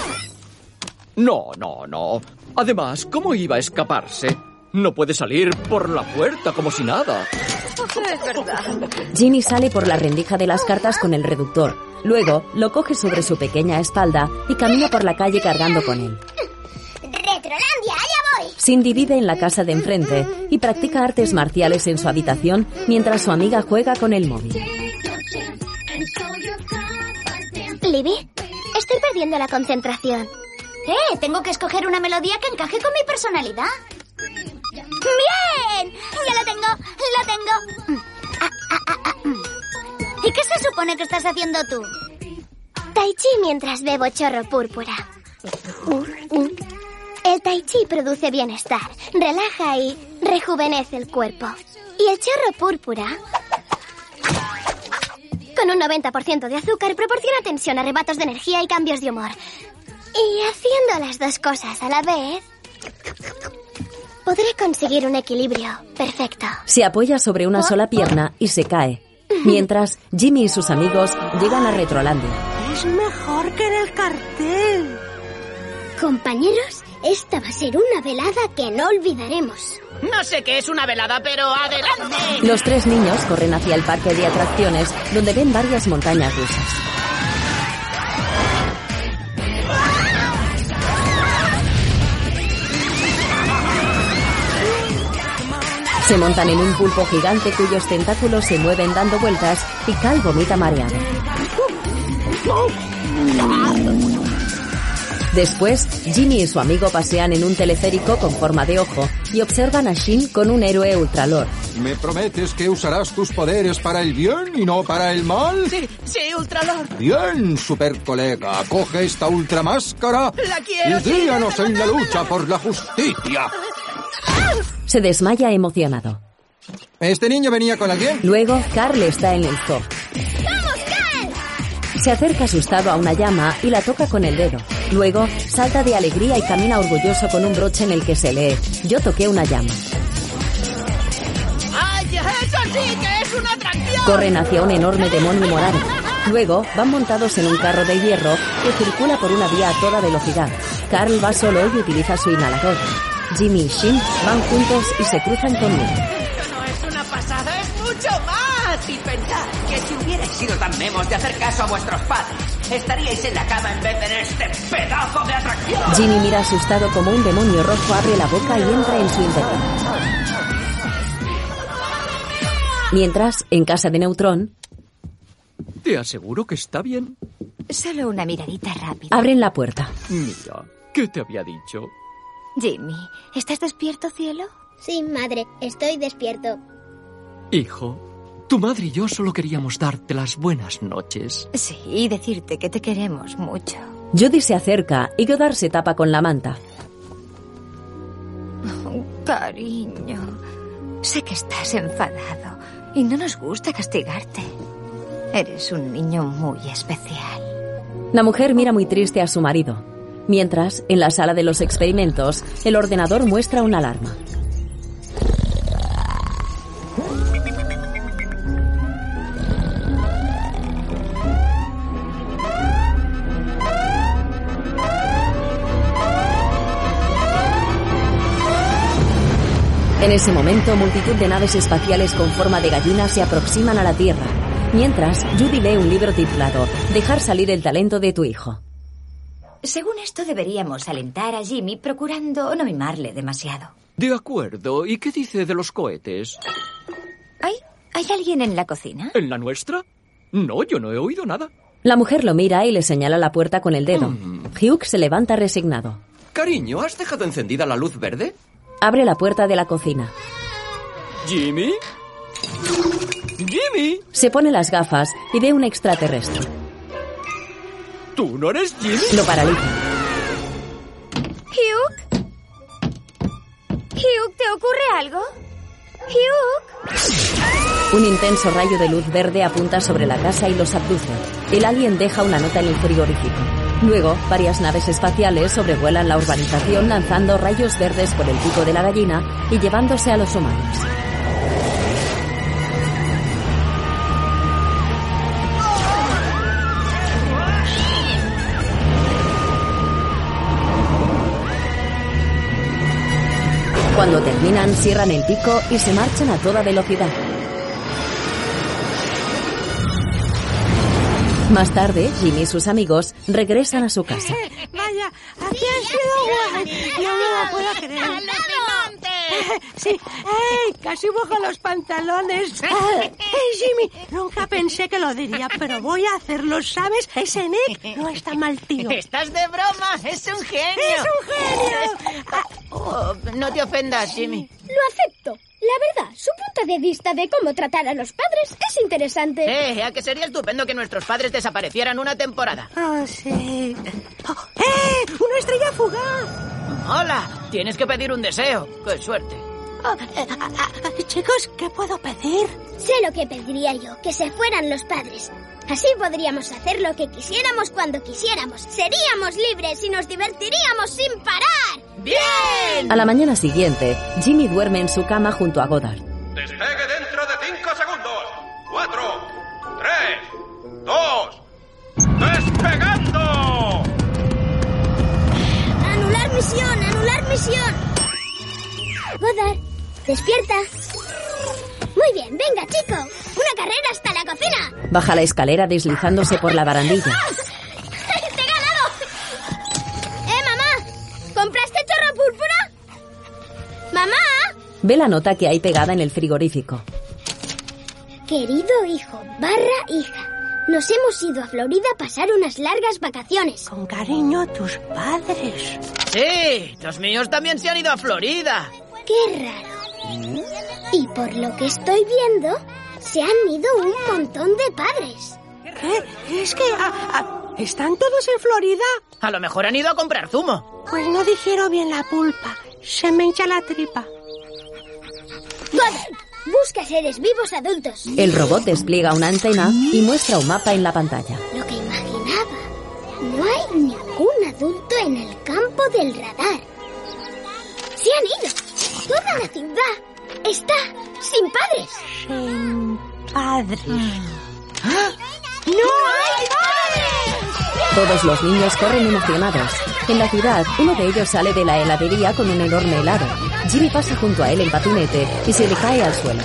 Speaker 8: No, no, no. Además, ¿cómo iba a escaparse? No puede salir por la puerta como si nada.
Speaker 7: Es verdad.
Speaker 1: Ginny sale por la rendija de las cartas con el reductor. Luego lo coge sobre su pequeña espalda y camina por la calle cargando con él.
Speaker 6: ¡Retrolandia, allá voy!
Speaker 1: Cindy vive en la casa de enfrente y practica artes marciales en su habitación mientras su amiga juega con el móvil.
Speaker 5: Libby, estoy perdiendo la concentración. Eh, tengo que escoger una melodía que encaje con mi personalidad.
Speaker 6: ¡Bien! ¡Ya lo tengo! ¡Lo tengo! Mm. Ah, ah, ah, ah, mm. ¿Y qué se supone que estás haciendo tú?
Speaker 5: Tai chi mientras bebo chorro púrpura. Mm, El tai chi produce bienestar, relaja y rejuvenece el cuerpo. Y el chorro púrpura, con un 90% de azúcar, proporciona tensión, arrebatos de energía y cambios de humor. Y haciendo las dos cosas a la vez, podré conseguir un equilibrio perfecto.
Speaker 1: Se apoya sobre una sola pierna y se cae. Mientras, Jimmy y sus amigos llegan a Retrolandia.
Speaker 10: Es mejor que en el cartel.
Speaker 20: Compañeros, esta va a ser una velada que no olvidaremos.
Speaker 9: No sé qué es una velada, pero adelante.
Speaker 1: Los tres niños corren hacia el parque de atracciones donde ven varias montañas rusas. Se montan en un pulpo gigante cuyos tentáculos se mueven dando vueltas y Cal vomita mareado. Después, Jimmy y su amigo pasean en un teleférico con forma de ojo y observan a Shin con un héroe ultralor.
Speaker 21: ¿Me prometes que usarás tus poderes para el bien y no para el mal?
Speaker 12: Sí, sí, Ultralord.
Speaker 21: Bien, super colega, coge esta ultramáscara
Speaker 12: La quiero,
Speaker 21: y
Speaker 12: sí,
Speaker 21: guíanos en la lucha por la justicia.
Speaker 1: Se desmaya emocionado.
Speaker 21: ¿Este niño venía con alguien?
Speaker 1: Luego, Carl está en el zoo. Se acerca asustado a una llama y la toca con el dedo. Luego, salta de alegría y camina orgulloso con un broche en el que se lee Yo toqué una llama.
Speaker 9: ¡Ay, eso sí que es una atracción!
Speaker 1: Corren hacia un enorme demonio morado. Luego, van montados en un carro de hierro que circula por una vía a toda velocidad. Carl va solo y utiliza su inhalador. Jimmy y Shin van juntos y se cruzan con él.
Speaker 9: Esto no es una pasada, es mucho más. Y pensar
Speaker 11: Que si hubierais sido tan memos de hacer caso a vuestros padres, estaríais en la cama en vez de en este pedazo de atracción.
Speaker 1: Jimmy mira asustado como un demonio rojo abre la boca y entra en su interior. Mientras, en casa de Neutrón,
Speaker 8: Te aseguro que está bien.
Speaker 7: Solo una miradita rápida.
Speaker 1: abren la puerta.
Speaker 8: Mira, ¿qué te había dicho?
Speaker 7: Jimmy, ¿estás despierto, cielo?
Speaker 20: Sí, madre, estoy despierto.
Speaker 8: Hijo, tu madre y yo solo queríamos darte las buenas noches.
Speaker 7: Sí, y decirte que te queremos mucho.
Speaker 1: Judy se acerca y Godard se tapa con la manta.
Speaker 7: Cariño, sé que estás enfadado y no nos gusta castigarte. Eres un niño muy especial.
Speaker 1: La mujer mira muy triste a su marido. Mientras, en la sala de los experimentos, el ordenador muestra una alarma. En ese momento, multitud de naves espaciales con forma de gallina se aproximan a la Tierra. Mientras, Judy lee un libro titulado Dejar salir el talento de tu hijo.
Speaker 7: Según esto, deberíamos alentar a Jimmy procurando no mimarle demasiado.
Speaker 8: De acuerdo. ¿Y qué dice de los cohetes?
Speaker 7: ¿Hay, ¿Hay alguien en la cocina?
Speaker 8: ¿En la nuestra? No, yo no he oído nada.
Speaker 1: La mujer lo mira y le señala la puerta con el dedo. Hugh se levanta resignado.
Speaker 8: Cariño, ¿has dejado encendida la luz verde?
Speaker 1: Abre la puerta de la cocina.
Speaker 8: ¿Jimmy? ¡Jimmy!
Speaker 1: Se pone las gafas y ve un extraterrestre.
Speaker 8: ¿Tú no eres Jimmy?
Speaker 1: Lo paraliza.
Speaker 22: ¿Hugh? ¿Hugh, te ocurre algo? ¿Hugh?
Speaker 1: Un intenso rayo de luz verde apunta sobre la casa y los abduce. El alien deja una nota en el frigorífico. Luego, varias naves espaciales sobrevuelan la urbanización lanzando rayos verdes por el pico de la gallina y llevándose a los humanos. Cuando terminan, cierran el pico y se marchan a toda velocidad. Más tarde, Jimmy y sus amigos regresan a su casa.
Speaker 10: Vaya, aquí ha sido guay. No me lo puedo creer. Sí, ¡Ey! Casi mojo los pantalones. Ah, ¡Ey, Jimmy! Nunca pensé que lo diría, pero voy a hacerlo, ¿sabes? Ese Nick no está mal, tío.
Speaker 11: Estás de broma, es un genio.
Speaker 10: ¡Es un genio!
Speaker 11: Oh, no te ofendas, Jimmy.
Speaker 23: Lo acepto. La verdad, su punto de vista de cómo tratar a los padres es interesante.
Speaker 11: Eh, a que sería estupendo que nuestros padres desaparecieran una temporada.
Speaker 10: Ah, sí. Oh, ¡Eh! ¡Una estrella fugaz!
Speaker 11: Hola, tienes que pedir un deseo. Qué suerte.
Speaker 10: Ah, eh, ah, ah, chicos, ¿qué puedo pedir?
Speaker 5: Sé lo que pediría yo, que se fueran los padres. Así podríamos hacer lo que quisiéramos cuando quisiéramos. Seríamos libres y nos divertiríamos sin parar.
Speaker 11: ¡Bien!
Speaker 1: A la mañana siguiente, Jimmy duerme en su cama junto a Goddard.
Speaker 14: Despegue dentro de 5 segundos. 4, 3, 2. ¡Despegando!
Speaker 5: ¡Anular misión! ¡Anular misión! Godard, despierta. Muy bien, venga, chico. Una carrera hasta la cocina.
Speaker 1: Baja la escalera deslizándose por la barandilla.
Speaker 5: ¡Te he ganado! ¡Eh, mamá! ¿Compraste chorro púrpura? ¡Mamá!
Speaker 1: Ve la nota que hay pegada en el frigorífico.
Speaker 5: Querido hijo, barra hija. Nos hemos ido a Florida a pasar unas largas vacaciones.
Speaker 10: Con cariño, tus padres.
Speaker 11: Sí, los míos también se han ido a Florida.
Speaker 5: Qué raro. Y por lo que estoy viendo, se han ido un montón de padres.
Speaker 10: ¿Qué? Es que... ah, ah, ¿Están todos en Florida?
Speaker 11: A lo mejor han ido a comprar zumo.
Speaker 10: Pues no dijeron bien la pulpa. Se me hincha la tripa.
Speaker 5: Goddard, busca seres vivos adultos.
Speaker 1: El robot despliega una antena y muestra un mapa en la pantalla.
Speaker 5: Lo que imaginaba. No hay ningún adulto en el campo del radar. Se han ido. Toda la ciudad está sin padres.
Speaker 10: Sin padres.
Speaker 5: ¡No hay padres!
Speaker 1: Todos los niños corren emocionados. En la ciudad, uno de ellos sale de la heladería con un enorme helado. Jimmy pasa junto a él en patinete y se le cae al suelo.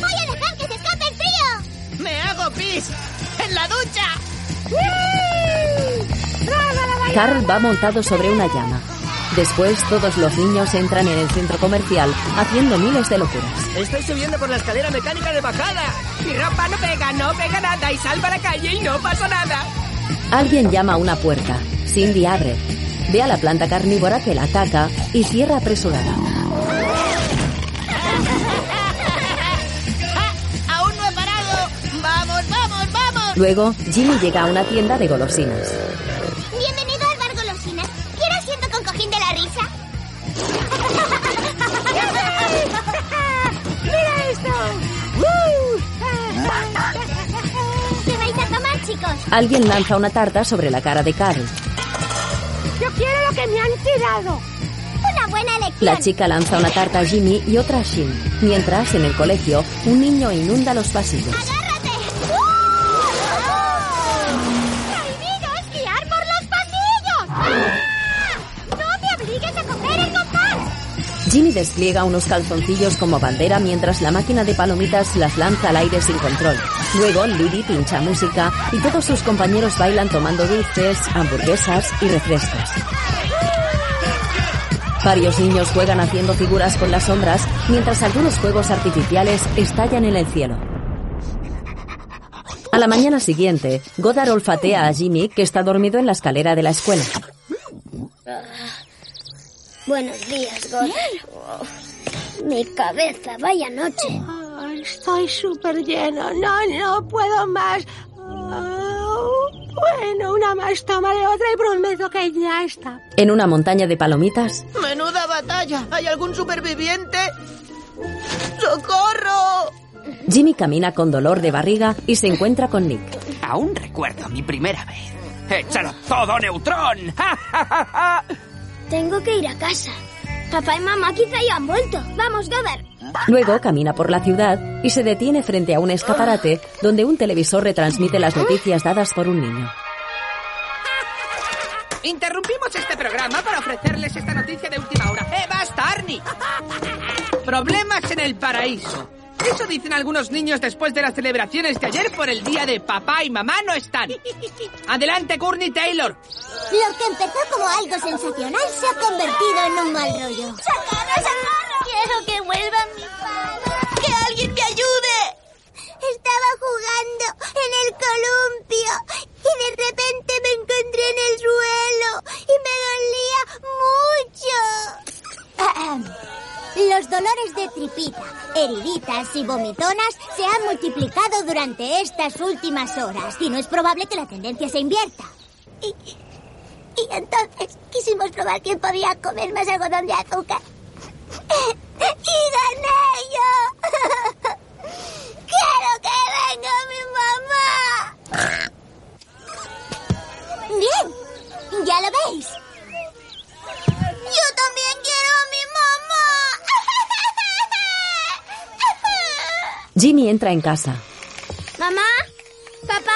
Speaker 23: ¡Voy a dejar que se escape el frío!
Speaker 11: ¡Me hago pis! ¡En la ducha!
Speaker 1: Carl va montado sobre una llama. Después, todos los niños entran en el centro comercial haciendo miles de locuras.
Speaker 11: Estoy subiendo por la escalera mecánica de bajada. Mi ropa no pega, no pega nada y salva la calle y no pasa nada.
Speaker 1: Alguien llama a una puerta. Cindy abre. Ve a la planta carnívora que la ataca y cierra apresurada.
Speaker 11: ¡Aún no he parado! ¡Vamos, vamos, vamos!
Speaker 1: Luego, Jimmy llega a una tienda de golosinas.
Speaker 23: Bienvenido al bar golosina. ¿Quiere asiento con cojín de la risa? ¡Mira esto! ¿Qué vais a tomar, chicos?
Speaker 1: Alguien lanza una tarta sobre la cara de Carl.
Speaker 10: Yo quiero lo que me han tirado.
Speaker 23: Una buena elección.
Speaker 1: La chica lanza una tarta a Jimmy y otra a Shin. Mientras, en el colegio, un niño inunda los pasillos.
Speaker 23: ¡Agárrate! ¡Uh! ¡Prohibido es guiar por los pasillos! ¡Ah! ¡No me obligues a coger el compás!
Speaker 1: Jimmy despliega unos calzoncillos como bandera mientras la máquina de palomitas las lanza al aire sin control. Luego, Lily pincha música y todos sus compañeros bailan tomando dulces, hamburguesas y refrescos. Varios niños juegan haciendo figuras con las sombras mientras algunos juegos artificiales estallan en el cielo. A la mañana siguiente, Goddard olfatea a Jimmy que está dormido en la escalera de la escuela.
Speaker 5: Buenos días,
Speaker 10: ¿Eh?
Speaker 5: Goddard. Mi cabeza, vaya noche.
Speaker 10: Estoy súper lleno. No, no puedo más. Oh, bueno, una más, tomaré otra y prometo que ya está.
Speaker 1: En una montaña de palomitas,
Speaker 11: ¡Menuda batalla! ¿Hay algún superviviente? ¡Socorro!
Speaker 1: Jimmy camina con dolor de barriga y se encuentra con Nick.
Speaker 24: Aún recuerdo mi primera vez. ¡Échalo todo, Neutrón! ¡Ja, ja, ja, ja!
Speaker 5: Tengo que ir a casa. Papá y mamá quizá ya han vuelto. Vamos, Goddard.
Speaker 1: Luego camina por la ciudad y se detiene frente a un escaparate donde un televisor retransmite las noticias dadas por un niño.
Speaker 11: Interrumpimos este programa para ofrecerles esta noticia de última hora. ¡Eh, basta, Arnie! Problemas en el paraíso. Eso dicen algunos niños después de las celebraciones de ayer por el día de papá y mamá no están. Adelante, Courtney Taylor.
Speaker 25: Lo que empezó como algo sensacional se ha convertido en un mal rollo. ¡Socorro, socorro! Quiero que vuelva mi padre. ¡Que alguien me ayude! Estaba jugando en el columpio y de repente me encontré en el suelo y me dolía mucho.
Speaker 26: Los dolores de tripita, heriditas y vomitonas se han multiplicado durante estas últimas horas y no es probable que la tendencia se invierta.
Speaker 25: Y entonces quisimos probar quién podía comer más algodón de azúcar. ¡Y gané yo! ¡Quiero que venga mi mamá!
Speaker 26: Bien, ya lo veis.
Speaker 25: ¡Yo también quiero a mi mamá!
Speaker 1: Jimmy entra en casa,
Speaker 5: ¿Mamá? ¿Papá?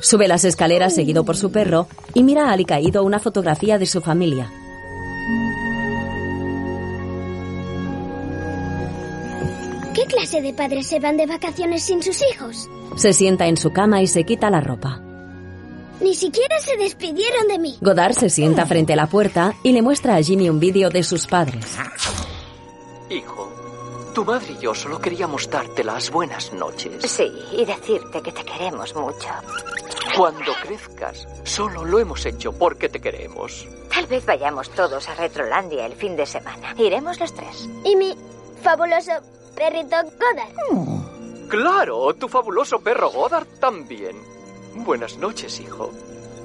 Speaker 1: sube las escaleras seguido por su perro y mira alicaído una fotografía de su familia.
Speaker 5: ¿Qué clase de padres se van de vacaciones sin sus hijos?
Speaker 1: Se sienta en su cama y se quita la ropa.
Speaker 5: Ni siquiera se despidieron de mí.
Speaker 1: Godard se sienta frente a la puerta y le muestra a Jimmy un vídeo de sus padres.
Speaker 8: Hijo, tu madre y yo solo queríamos darte las buenas noches.
Speaker 7: Sí, y decirte que te queremos mucho.
Speaker 8: Cuando crezcas, solo lo hemos hecho porque te queremos.
Speaker 7: Tal vez vayamos todos a Retrolandia el fin de semana. Iremos los tres.
Speaker 5: Y mi fabuloso perrito Goddard.
Speaker 8: Claro, tu fabuloso perro Goddard también. Buenas noches, hijo.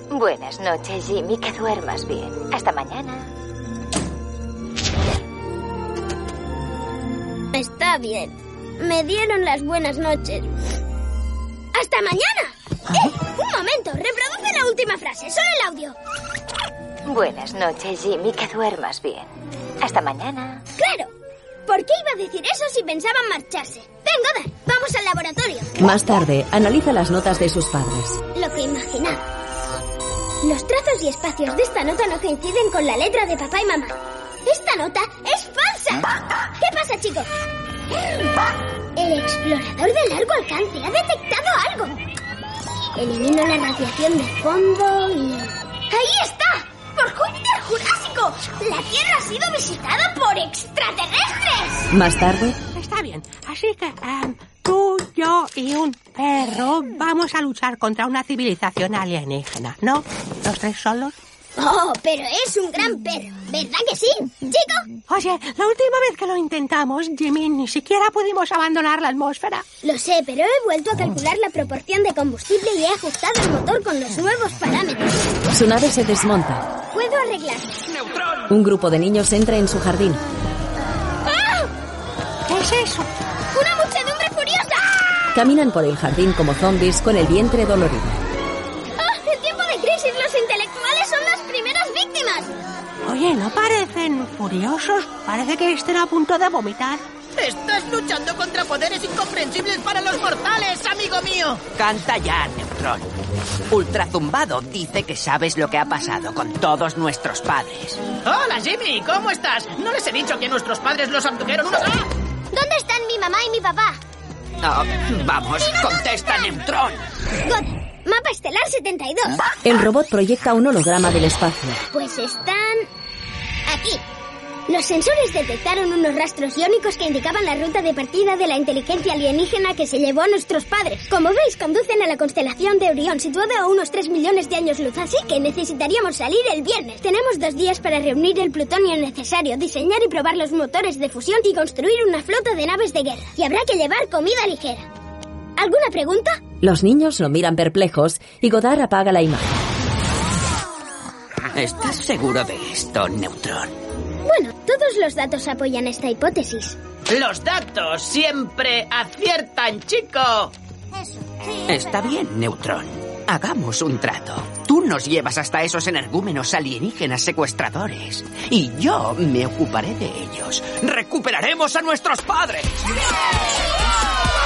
Speaker 7: Buenas noches, Jimmy. Que duermas bien. Hasta mañana.
Speaker 5: Está bien. Me dieron las buenas noches. ¡Hasta mañana! ¡Eh! Un momento, reproduce la última frase, solo el audio.
Speaker 7: Buenas noches, Jimmy. Que duermas bien. Hasta mañana.
Speaker 5: ¡Claro! ¿Por qué iba a decir eso si pensaban marcharse? Ven, Goddard, vamos al laboratorio.
Speaker 1: Más tarde, analiza las notas de sus padres.
Speaker 5: Lo que imaginaba. Los trazos y espacios de esta nota no coinciden con la letra de papá y mamá. Esta nota es falsa. ¿Qué pasa, chicos? El explorador de largo alcance ha detectado algo. Elimino la radiación de fondo y... ¡Ahí está! ¡Por Júpiter Jurásico! ¡La Tierra ha sido visitada por extraterrestres!
Speaker 1: Más tarde,
Speaker 10: Está bien. Así que em, tú, yo y un perro vamos a luchar contra una civilización alienígena, ¿no? ¿Los tres solos?
Speaker 5: Oh, pero es un gran perro, ¿verdad que sí? Chico.
Speaker 10: Oye, la última vez que lo intentamos, Jimmy, ni siquiera pudimos abandonar la atmósfera.
Speaker 5: Lo sé, pero he vuelto a calcular la proporción de combustible y he ajustado el motor con los nuevos parámetros.
Speaker 1: su nave se desmonta.
Speaker 5: Puedo arreglarlo.
Speaker 1: Un grupo de niños entra en su jardín.
Speaker 5: ¡Ah!
Speaker 10: ¿Qué es eso?
Speaker 5: ¡Una muchedumbre furiosa!
Speaker 1: Caminan por el jardín como zombies con el vientre dolorido.
Speaker 5: ¡Ah! En tiempo de crisis, los intelectuales son las primeras víctimas.
Speaker 10: Oye, ¿no parecen furiosos? Parece que estén a punto de vomitar.
Speaker 9: Estás luchando contra poderes incomprensibles para los mortales, amigo mío.
Speaker 11: Canta ya, Neutron. Ultrazumbado dice que sabes lo que ha pasado con todos nuestros padres.
Speaker 9: Hola, Jimmy, ¿cómo estás? ¿No les he dicho que nuestros padres los abdujeron unos... ¡Ah!
Speaker 5: ¿Dónde están mi mamá y mi papá?
Speaker 11: No, vamos, contesta, Neutron.
Speaker 5: Con- Mapa Estelar 72.
Speaker 1: El
Speaker 5: Ah,
Speaker 1: robot proyecta un holograma del espacio.
Speaker 5: Pues están... aquí. Los sensores detectaron unos rastros iónicos que indicaban la ruta de partida de la inteligencia alienígena que se llevó a nuestros padres. Como veis, conducen a la constelación de Orión, situada a unos 3 millones de años luz, así que necesitaríamos salir el viernes. Tenemos dos días para reunir el plutonio necesario, diseñar y probar los motores de fusión y construir una flota de naves de guerra. Y habrá que llevar comida ligera. ¿Alguna pregunta?
Speaker 1: Los niños lo miran perplejos y Godard apaga la imagen.
Speaker 11: Ah, ¿Estás seguro de esto, Neutron?
Speaker 5: Bueno, todos los datos apoyan esta hipótesis.
Speaker 9: Los datos siempre aciertan, chico.
Speaker 11: Está bien, Neutron. Hagamos un trato. Tú nos llevas hasta esos energúmenos alienígenas secuestradores. Y yo me ocuparé de ellos. ¡Recuperaremos a nuestros padres!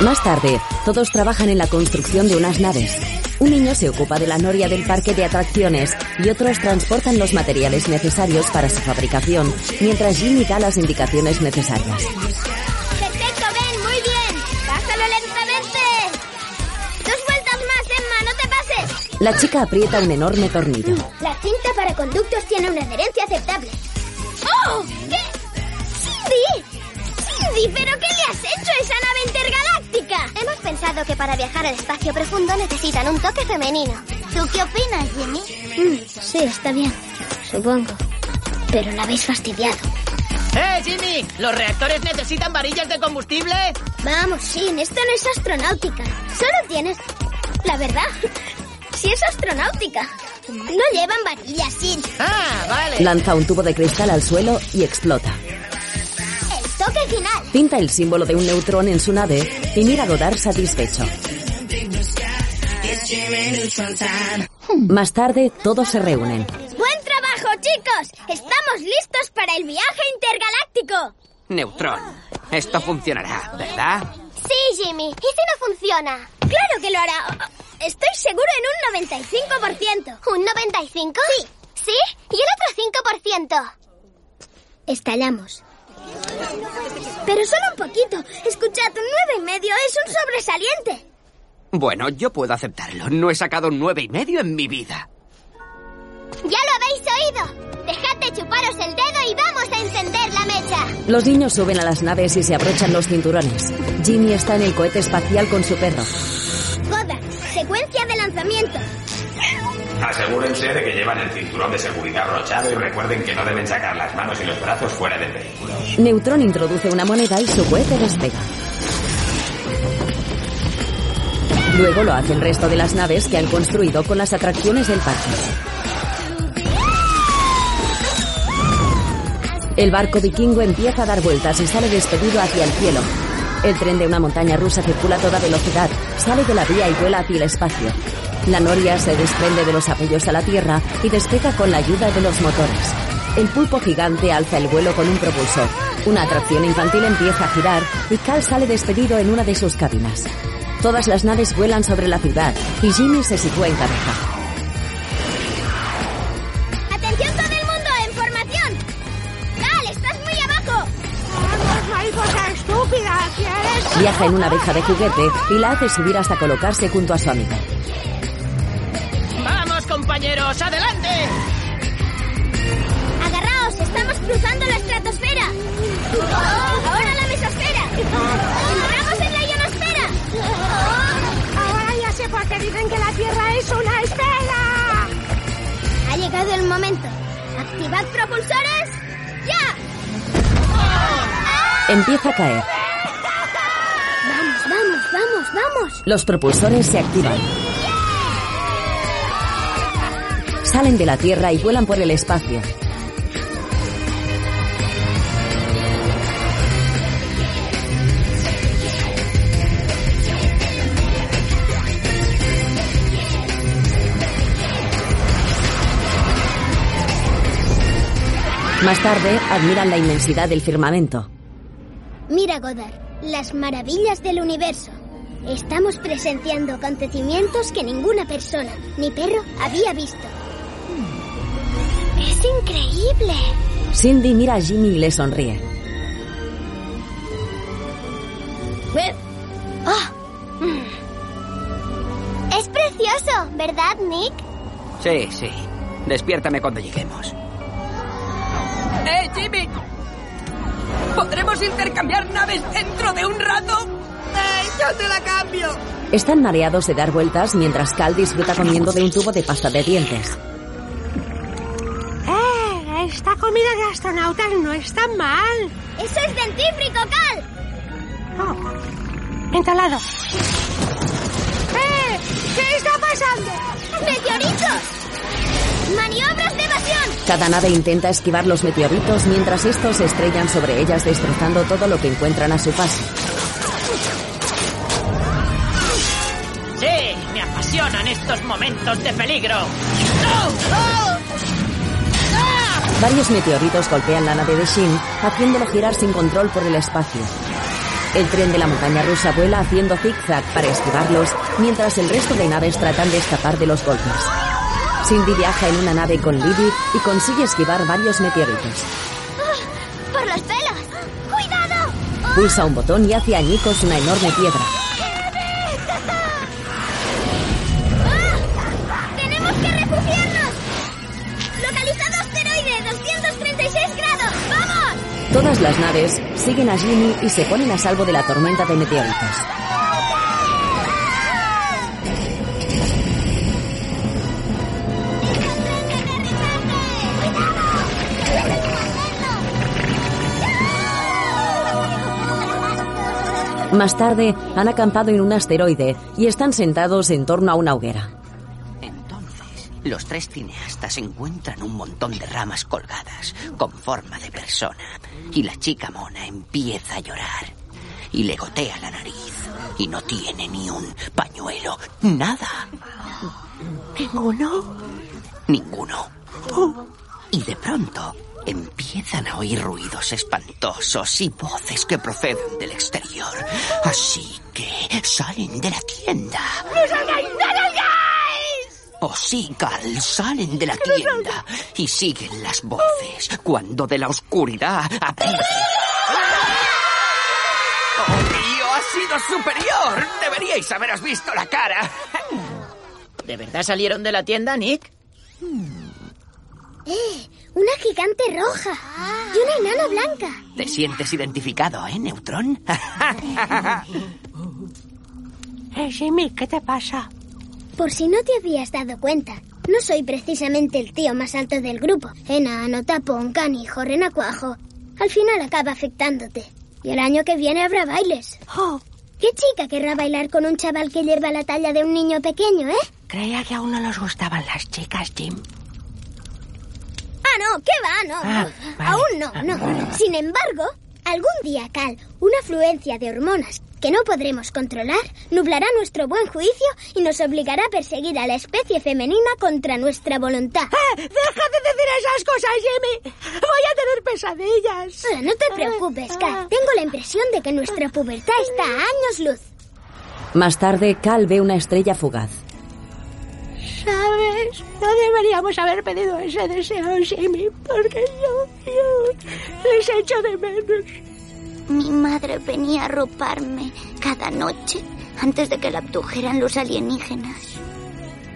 Speaker 1: Más tarde, todos trabajan en la construcción de unas naves. Un niño se ocupa de la noria del parque de atracciones y otros transportan los materiales necesarios para su fabricación, mientras Jimmy da las indicaciones necesarias.
Speaker 5: Perfecto, Ben, muy bien. Pásalo lentamente. Dos vueltas más, Emma, no te pases.
Speaker 1: La chica aprieta un enorme tornillo.
Speaker 5: La cinta para conductos tiene una adherencia aceptable. ¡Oh! ¿Qué? ¡Cindy! ¡Cindy, pero qué le has hecho a esa nave intergaláctica!
Speaker 20: Hemos pensado que para viajar al espacio profundo necesitan un toque femenino. ¿Tú qué opinas, Jimmy?
Speaker 5: Mm, sí, está bien. Supongo. Pero la habéis fastidiado.
Speaker 9: ¡Eh, Jimmy! ¿Los reactores necesitan varillas de combustible?
Speaker 5: Vamos, Sin, esto no es astronáutica. Solo tienes... La verdad, si es astronáutica. No llevan varillas, Sin.
Speaker 9: Ah, vale.
Speaker 1: Lanza un tubo de cristal al suelo y explota.
Speaker 5: El toque final.
Speaker 1: Pinta el símbolo de un neutrón en su nave y mira a Godard satisfecho. Más tarde, todos se reúnen.
Speaker 5: ¡Buen trabajo, chicos! ¡Estamos listos para el viaje intergaláctico!
Speaker 11: Neutron, esto funcionará, ¿verdad?
Speaker 5: Sí, Jimmy. ¿Y si no funciona? Claro que lo hará. Estoy seguro en un 95%. ¿Un 95%? Sí. ¿Sí? ¿Y el otro 5%? Estallamos. Pero solo un poquito. Escuchad, un nueve y medio es un sobresaliente.
Speaker 11: Bueno, yo puedo aceptarlo. No he sacado un nueve y medio en mi vida.
Speaker 5: Ya lo habéis oído. Dejad de chuparos el dedo y vamos a encender la mecha.
Speaker 1: Los niños suben a las naves y se abrochan los cinturones. Jimmy está en el cohete espacial con su perro.
Speaker 5: Goda, secuencia de lanzamiento.
Speaker 19: Asegúrense de que llevan el cinturón de seguridad rochado y recuerden que no deben sacar las manos y los brazos fuera del vehículo.
Speaker 1: Neutron introduce una moneda y su cohete despega. Luego lo hace el resto de las naves que han construido con las atracciones del parque. El barco vikingo empieza a dar vueltas y sale despedido hacia el cielo. El tren de una montaña rusa circula a toda velocidad, sale de la vía y vuela hacia el espacio. La noria se desprende de los apoyos a la tierra y despega con la ayuda de los motores. El pulpo gigante alza el vuelo con un propulsor. Una atracción infantil empieza a girar y Cal sale despedido en una de sus cabinas. Todas las naves vuelan sobre la ciudad y Jimmy se sitúa en cabeza.
Speaker 5: ¡Atención todo el mundo! ¡En formación! ¡Cal, estás muy abajo!
Speaker 10: ¡Vamos, mariposa estúpida! ¿Quieres?
Speaker 1: Viaja en una abeja de juguete y la hace subir hasta colocarse junto a su amiga.
Speaker 9: ¡Vamos, compañeros! ¡Adelante!
Speaker 5: ¡Agarraos! ¡Estamos cruzando la estratosfera! Oh, ¡Ahora la mesosfera! ¡Entramos en la ionosfera!
Speaker 10: Oh, Ahora ya sé por qué dicen que la Tierra es una esfera.
Speaker 5: Ha llegado el momento. ¡Activad propulsores! ¡Ya!
Speaker 9: Oh.
Speaker 1: Empieza a caer.
Speaker 5: ¡Vamos, vamos, vamos, vamos!
Speaker 1: Los propulsores se activan. Salen de la Tierra y vuelan por el espacio. Más tarde, admiran la inmensidad del firmamento.
Speaker 5: Mira, Goddard, las maravillas del universo. Estamos presenciando acontecimientos que ninguna persona, ni perro, había visto. ¡Es increíble!
Speaker 1: Cindy mira a Jimmy y le sonríe.
Speaker 5: Eh, ¡Ah! Mm. Es precioso, ¿verdad, Nick?
Speaker 11: Sí, sí. Despiértame cuando lleguemos.
Speaker 12: ¡Eh, Jimmy! ¿Podremos intercambiar naves dentro de un rato? ¡Eh, yo te la cambio!
Speaker 1: Están mareados de dar vueltas mientras Cal disfruta comiendo de un tubo de pasta de dientes.
Speaker 10: ¡Eh! Esta comida de astronautas no está mal.
Speaker 5: ¡Eso es dentífrico, Cal!
Speaker 10: Entalado. ¡Eh! ¿Qué está pasando?
Speaker 5: ¡Meteoritos! ¡Maniobras de evasión!
Speaker 1: Cada nave intenta esquivar los meteoritos mientras estos se estrellan sobre ellas destrozando todo lo que encuentran a su paso.
Speaker 9: Sí, me apasionan estos momentos de peligro. ¡No! ¡Oh!
Speaker 1: Varios meteoritos golpean la nave de Shin, haciéndolo girar sin control por el espacio. El tren de la montaña rusa vuela haciendo zigzag para esquivarlos, mientras el resto de naves tratan de escapar de los golpes. Cindy viaja en una nave con Libby y consigue esquivar varios meteoritos.
Speaker 5: ¡Ah! ¡Por los pelos! ¡Cuidado!
Speaker 1: Pulsa un botón y hace añicos una enorme piedra.
Speaker 5: ¡Ah! ¡Tenemos que refugiarnos! ¡Localizado asteroide 236 grados! ¡Vamos!
Speaker 1: Todas las naves siguen a Jimmy y se ponen a salvo de la tormenta de meteoritos. Más tarde han acampado en un asteroide y están sentados en torno a una hoguera.
Speaker 11: Los tres cineastas encuentran un montón de ramas colgadas con forma de persona y la chica mona empieza a llorar y le gotea la nariz y no tiene ni un pañuelo, nada. ¿Ninguno? Ninguno.
Speaker 10: Oh.
Speaker 11: Y de pronto empiezan a oír ruidos espantosos y voces que proceden del exterior. Así que salen de la tienda.
Speaker 6: ¡No salgáis! ¡No salgáis!
Speaker 11: O Oh, sí, Carl, salen de la tienda y siguen las voces cuando de la oscuridad aparece. ¡Oh, tío, ha sido superior! Deberíais haberos visto la cara.
Speaker 9: ¿De verdad salieron de la tienda, Nick?
Speaker 5: ¡Eh! Una gigante roja y una enana blanca.
Speaker 11: ¿Te sientes identificado, eh, Neutrón?
Speaker 10: Eh, Jimmy, ¿qué te pasa?
Speaker 5: Por si no te habías dado cuenta, no soy precisamente el tío más alto del grupo. Enano, tapón, canijo, renacuajo. Al final acaba afectándote. Y el año que viene habrá bailes. ¿Qué chica querrá bailar con un chaval que lleva la talla de un niño pequeño, eh?
Speaker 10: Creía que aún no nos gustaban las chicas, Jim.
Speaker 5: Ah, no, ¿qué va? No, no. Aún no,
Speaker 10: Ah,
Speaker 5: no. Sin embargo, algún día, Cal, una afluencia de hormonas que no podremos controlar nublará nuestro buen juicio y nos obligará a perseguir a la especie femenina contra nuestra voluntad.
Speaker 10: ¡Eh! ¡Deja de decir esas cosas, Jimmy! ¡Voy a tener pesadillas! Ah,
Speaker 5: Ahora, no te preocupes, Cal. Tengo la impresión de que nuestra pubertad está a años luz.
Speaker 1: Más tarde, Cal ve una estrella fugaz.
Speaker 10: ¿Sabes? No deberíamos haber pedido ese deseo, Jimmy, porque yo, yo les echo de menos.
Speaker 6: Mi madre venía a roparme cada noche antes de que la abdujeran los alienígenas.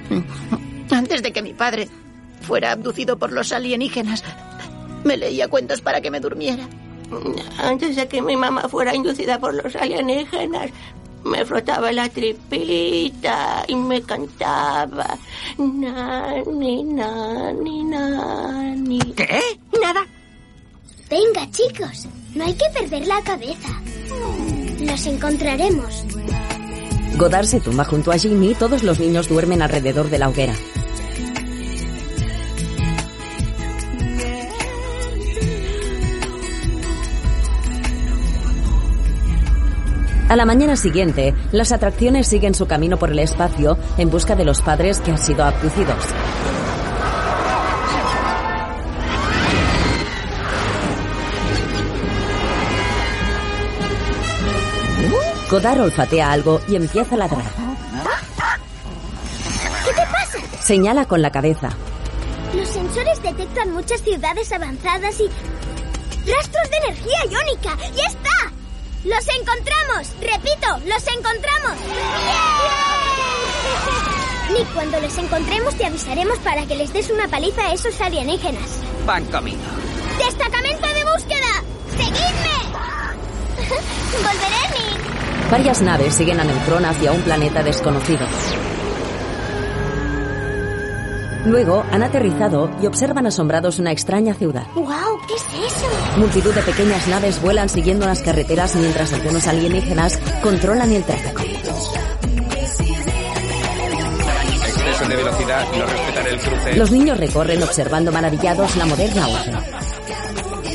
Speaker 9: Antes de que mi padre fuera abducido por los alienígenas, me leía cuentos para que me durmiera.
Speaker 10: Antes de que mi mamá fuera inducida por los alienígenas, me frotaba la tripita y me cantaba. Nani, nani, nani.
Speaker 11: ¿Qué?
Speaker 10: Nada.
Speaker 5: Venga, chicos, no hay que perder la cabeza. Los encontraremos.
Speaker 1: Godard se tumba junto a Jimmy y todos los niños duermen alrededor de la hoguera. A la mañana siguiente, las atracciones siguen su camino por el espacio en busca de los padres que han sido abducidos. Godard olfatea algo y empieza a ladrar.
Speaker 5: Ah. ¿Qué te pasa?
Speaker 1: Señala con la cabeza.
Speaker 5: Los sensores detectan muchas ciudades avanzadas y rastros de energía iónica. ¡Ya está! ¡Los encontramos! Repito, los encontramos. Nick, cuando los encontremos te avisaremos para que les des una paliza a esos alienígenas.
Speaker 27: Van camino.
Speaker 5: ¡Destacamento de búsqueda! ¡Seguidme! ¡Volveré, Nick!
Speaker 1: Varias naves siguen a Neutron hacia un planeta desconocido. Luego han aterrizado y observan asombrados una extraña ciudad.
Speaker 5: ¡Guau! ¿Qué es eso?
Speaker 1: Multitud de pequeñas naves vuelan siguiendo las carreteras mientras algunos alienígenas controlan el tráfico.
Speaker 19: Exceso de velocidad, no respetaré el cruce.
Speaker 1: Los niños recorren observando maravillados la moderna urbe.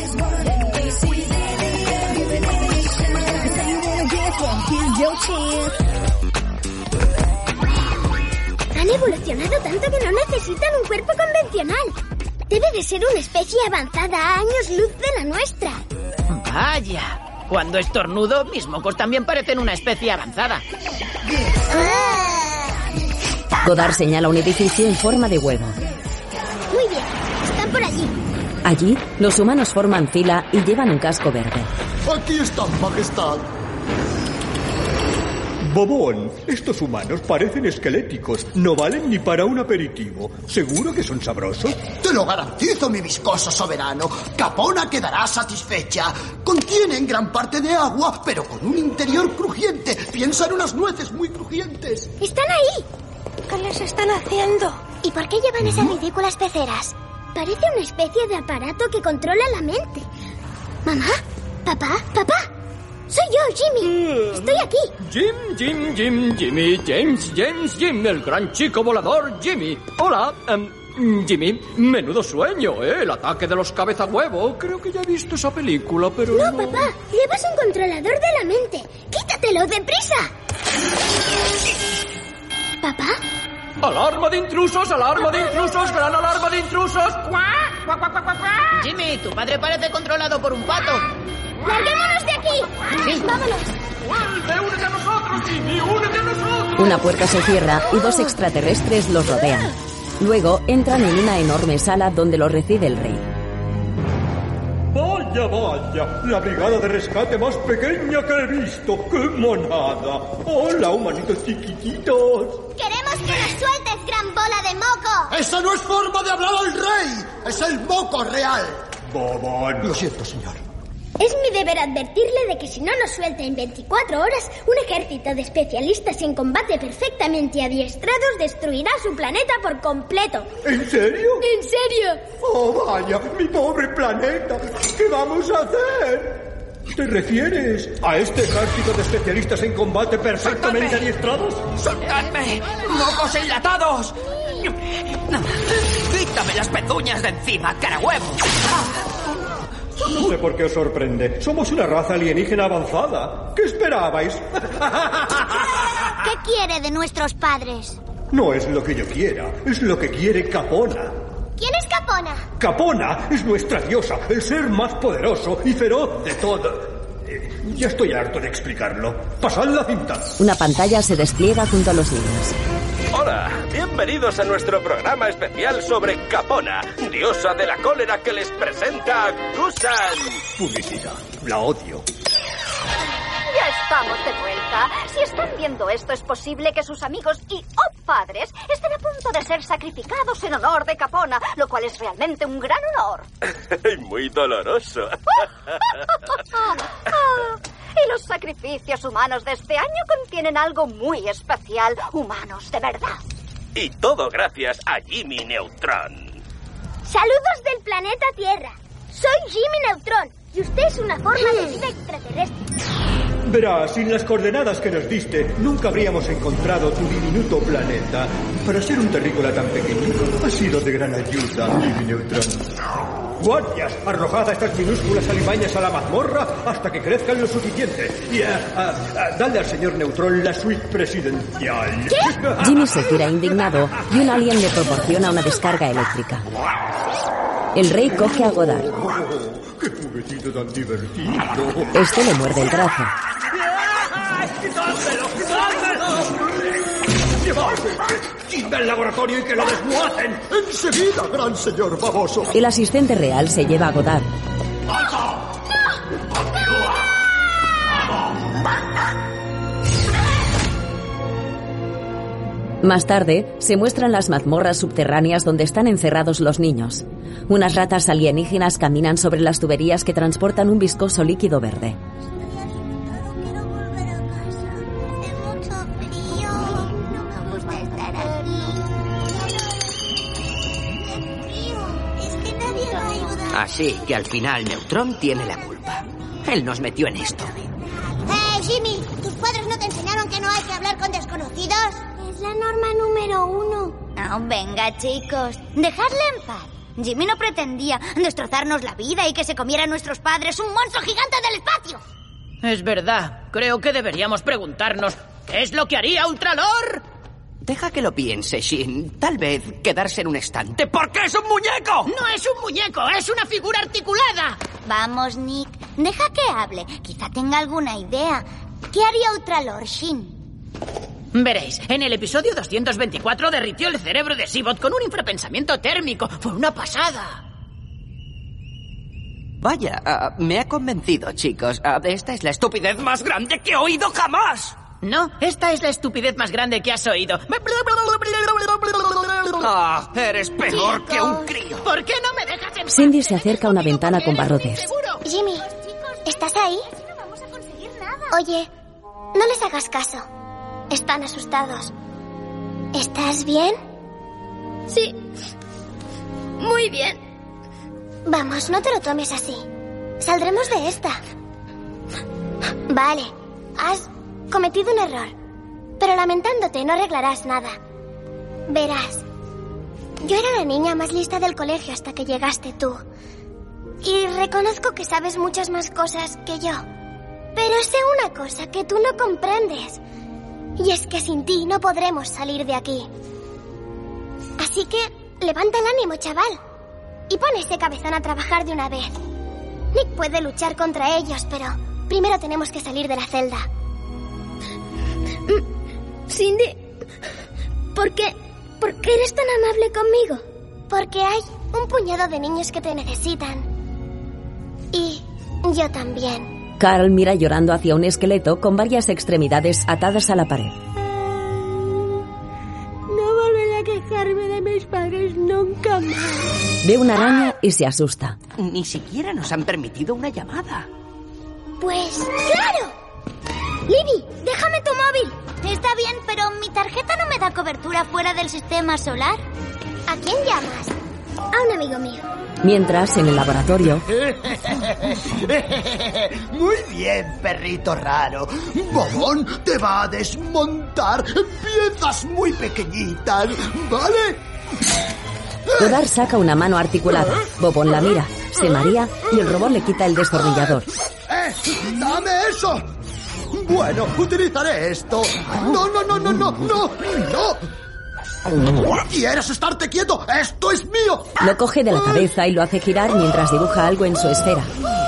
Speaker 5: Han evolucionado tanto que no necesitan un cuerpo convencional. Debe de ser una especie avanzada a años luz de la nuestra.
Speaker 11: Vaya. Cuando estornudo, mis mocos también parecen una especie avanzada.
Speaker 1: Godard señala un edificio en forma de huevo.
Speaker 5: Muy bien, están por allí.
Speaker 1: Allí, los humanos forman fila y llevan un casco verde.
Speaker 16: Aquí están, Majestad.
Speaker 14: Bobón, estos humanos parecen esqueléticos. No valen ni para un aperitivo. ¿Seguro que son sabrosos?
Speaker 16: Te lo garantizo, mi viscoso soberano. Capona quedará satisfecha. Contienen gran parte de agua, pero con un interior crujiente. Piensa en unas nueces muy crujientes.
Speaker 5: ¡Están ahí! ¿Qué les están haciendo? ¿Y por qué llevan esas ridículas peceras? Parece una especie de aparato que controla la mente. Mamá, papá, papá. Soy yo, Jimmy. Mm. Estoy aquí.
Speaker 8: Jim, Jim, Jim, Jimmy, James, James, Jim, el gran chico volador, Jimmy. Hola, em, Jimmy, menudo sueño, ¿eh? El ataque de los cabezahuevo. Creo que ya he visto esa película, pero
Speaker 5: No,
Speaker 8: no...
Speaker 5: papá. Llevas un controlador de la mente. Quítatelo deprisa. Papá,
Speaker 8: ¡Alarma de intrusos, alarma de intrusos, gran alarma de intrusos!
Speaker 11: Jimmy, tu padre parece controlado por un pato.
Speaker 5: ¡Larguémonos de aquí! ¡Vámonos!
Speaker 8: ¡Únete a nosotros, Jimmy! ¡Únete a nosotros!
Speaker 1: Una puerta se cierra y dos extraterrestres los rodean. Luego entran en una enorme sala donde los recibe el rey.
Speaker 14: Vaya, vaya, la brigada de rescate más pequeña que he visto. ¡Qué monada! Hola, humanitos chiquititos.
Speaker 28: ¡Queremos que nos sueltes, gran bola de moco!
Speaker 16: ¡Esa no es forma de hablar al rey! ¡Es el moco real!
Speaker 14: Bobón.
Speaker 16: Lo siento, señor.
Speaker 5: Es mi deber advertirle de que si no nos suelta en 24 horas, un ejército de especialistas en combate perfectamente adiestrados destruirá su planeta por completo.
Speaker 14: ¿En serio?
Speaker 5: ¿En serio?
Speaker 14: Oh, vaya, mi pobre planeta. ¿Qué vamos a hacer? ¿Te refieres a este ejército de especialistas en combate perfectamente adiestrados?
Speaker 11: ¡Soltadme! ¡Mocos enlatados! ¡Quítame las pezuñas de encima, carahuevo!
Speaker 14: No sé por qué os sorprende. Somos una raza alienígena avanzada. ¿Qué esperabais?
Speaker 28: ¿Qué quiere de nuestros padres?
Speaker 14: No es lo que yo quiera, es lo que quiere Capona.
Speaker 28: ¿Quién es Capona?
Speaker 14: Capona es nuestra diosa, el ser más poderoso y feroz de todo. Eh, Ya estoy harto de explicarlo. Pasad la cinta.
Speaker 1: Una pantalla se despliega junto a los niños.
Speaker 19: Hola, bienvenidos a nuestro programa especial sobre Capona, diosa de la cólera que les presenta Gusan.
Speaker 14: Publicidad. La odio.
Speaker 26: Ya estamos de vuelta. Si están viendo esto, es posible que sus amigos y oh, padres estén a punto de ser sacrificados en honor de Capona, lo cual es realmente un gran honor.
Speaker 19: Muy doloroso.
Speaker 26: Ah, y los sacrificios humanos de este año contienen algo muy especial, humanos de verdad.
Speaker 19: Y todo gracias a Jimmy Neutron.
Speaker 29: Saludos
Speaker 5: del planeta Tierra. Soy Jimmy Neutron y usted es una forma de vida extraterrestre.
Speaker 14: Verás, sin las coordenadas que nos diste, nunca habríamos encontrado tu diminuto planeta. Para ser un terrícola tan pequeñito, ha sido de gran ayuda, Jimmy Neutron. Guardias, arrojad a estas minúsculas alimañas a la mazmorra hasta que crezcan lo suficiente. Y ah, ah, ah, dale al señor Neutron la suite presidencial.
Speaker 1: Jimmy se gira indignado y un alien le proporciona una descarga eléctrica. El rey coge a Godard.
Speaker 14: Oh, ¡Qué juguetito tan divertido!
Speaker 1: Este le muerde el brazo.
Speaker 14: ¡Quitádmelo! ¿eh? ¡Quitádmelo! ¡Llevadme! ¡Quitad el laboratorio y que lo desmuacen!
Speaker 16: Enseguida, gran señor baboso.
Speaker 1: El asistente real se lleva a Godard. Más tarde, se muestran las mazmorras subterráneas donde están encerrados los niños. Unas ratas alienígenas caminan sobre las tuberías que transportan un viscoso líquido verde.
Speaker 11: Así que al final Neutrón tiene la culpa. Él nos metió en esto.
Speaker 13: ¡Eh, Jimmy! ¿Tus padres no te enseñaron que no hay que hablar con desconocidos? Es la norma número uno.
Speaker 6: Ah, venga, chicos. Dejadle en paz. Jimmy no pretendía destrozarnos la vida y que se comiera a nuestros padres un monstruo gigante del espacio.
Speaker 9: Es verdad. Creo que deberíamos preguntarnos ¿qué es lo que haría Ultralor?
Speaker 11: Deja que lo piense, Shin. Tal vez quedarse en un estante. ¡Porque es un muñeco!
Speaker 9: No es un muñeco, es una figura articulada.
Speaker 6: Vamos, Nick. Deja que hable. Quizá tenga alguna idea. ¿Qué haría Ultralor Shin?
Speaker 9: Veréis, en el episodio 224 derritió el cerebro de Sibot con un infrapensamiento térmico. Fue una pasada.
Speaker 11: Vaya, ah, me ha convencido, chicos. Ah, esta es la estupidez más grande que he oído jamás.
Speaker 9: No, esta es la estupidez más grande que has oído.
Speaker 11: Ah, eres peor que un crío.
Speaker 9: ¿Por qué no me dejas en
Speaker 1: Cindy se acerca a una ventana con barrotes.
Speaker 5: Jimmy, ¿estás ahí? Oye, no les hagas caso. Están asustados. ¿Estás bien? Sí. Muy bien. Vamos, no te lo tomes así. Saldremos de esta. Vale, has cometido un error. Pero lamentándote no arreglarás nada. Verás, yo era la niña más lista del colegio hasta que llegaste tú. Y reconozco que sabes muchas más cosas que yo. Pero sé una cosa que tú no comprendes. Y es que sin ti no podremos salir de aquí. Así que levanta el ánimo, chaval. Y pon ese cabezón a trabajar de una vez. Nick puede luchar contra ellos, pero primero tenemos que salir de la celda.
Speaker 20: Cindy, ¿por qué? ¿Por qué eres tan amable conmigo?
Speaker 5: Porque hay un puñado de niños que te necesitan. Y yo también.
Speaker 1: Carl mira llorando hacia un esqueleto con varias extremidades atadas a la pared.
Speaker 10: No volveré a quejarme de mis padres nunca más.
Speaker 1: Ve una araña y se asusta.
Speaker 11: Ni siquiera nos han permitido una llamada.
Speaker 6: Pues claro. Libby, déjame tu móvil. Está bien, pero mi tarjeta no me da cobertura fuera del sistema solar. ¿A quién llamas?
Speaker 5: A un amigo mío.
Speaker 1: Mientras, en el laboratorio,
Speaker 16: Muy bien, perrito raro. Bobón te va a desmontar en piezas muy pequeñitas, ¿vale?
Speaker 1: Godard saca una mano articulada. Bobón la mira, se maría y el robot le quita el destornillador.
Speaker 16: ¡Eh! ¡Dame eso! Bueno, utilizaré esto. No, no, no, no, no, no, no. ¿Quieres estarte quieto? ¡Esto es mío!
Speaker 1: Lo coge de la cabeza y lo hace girar mientras dibuja algo en su esfera.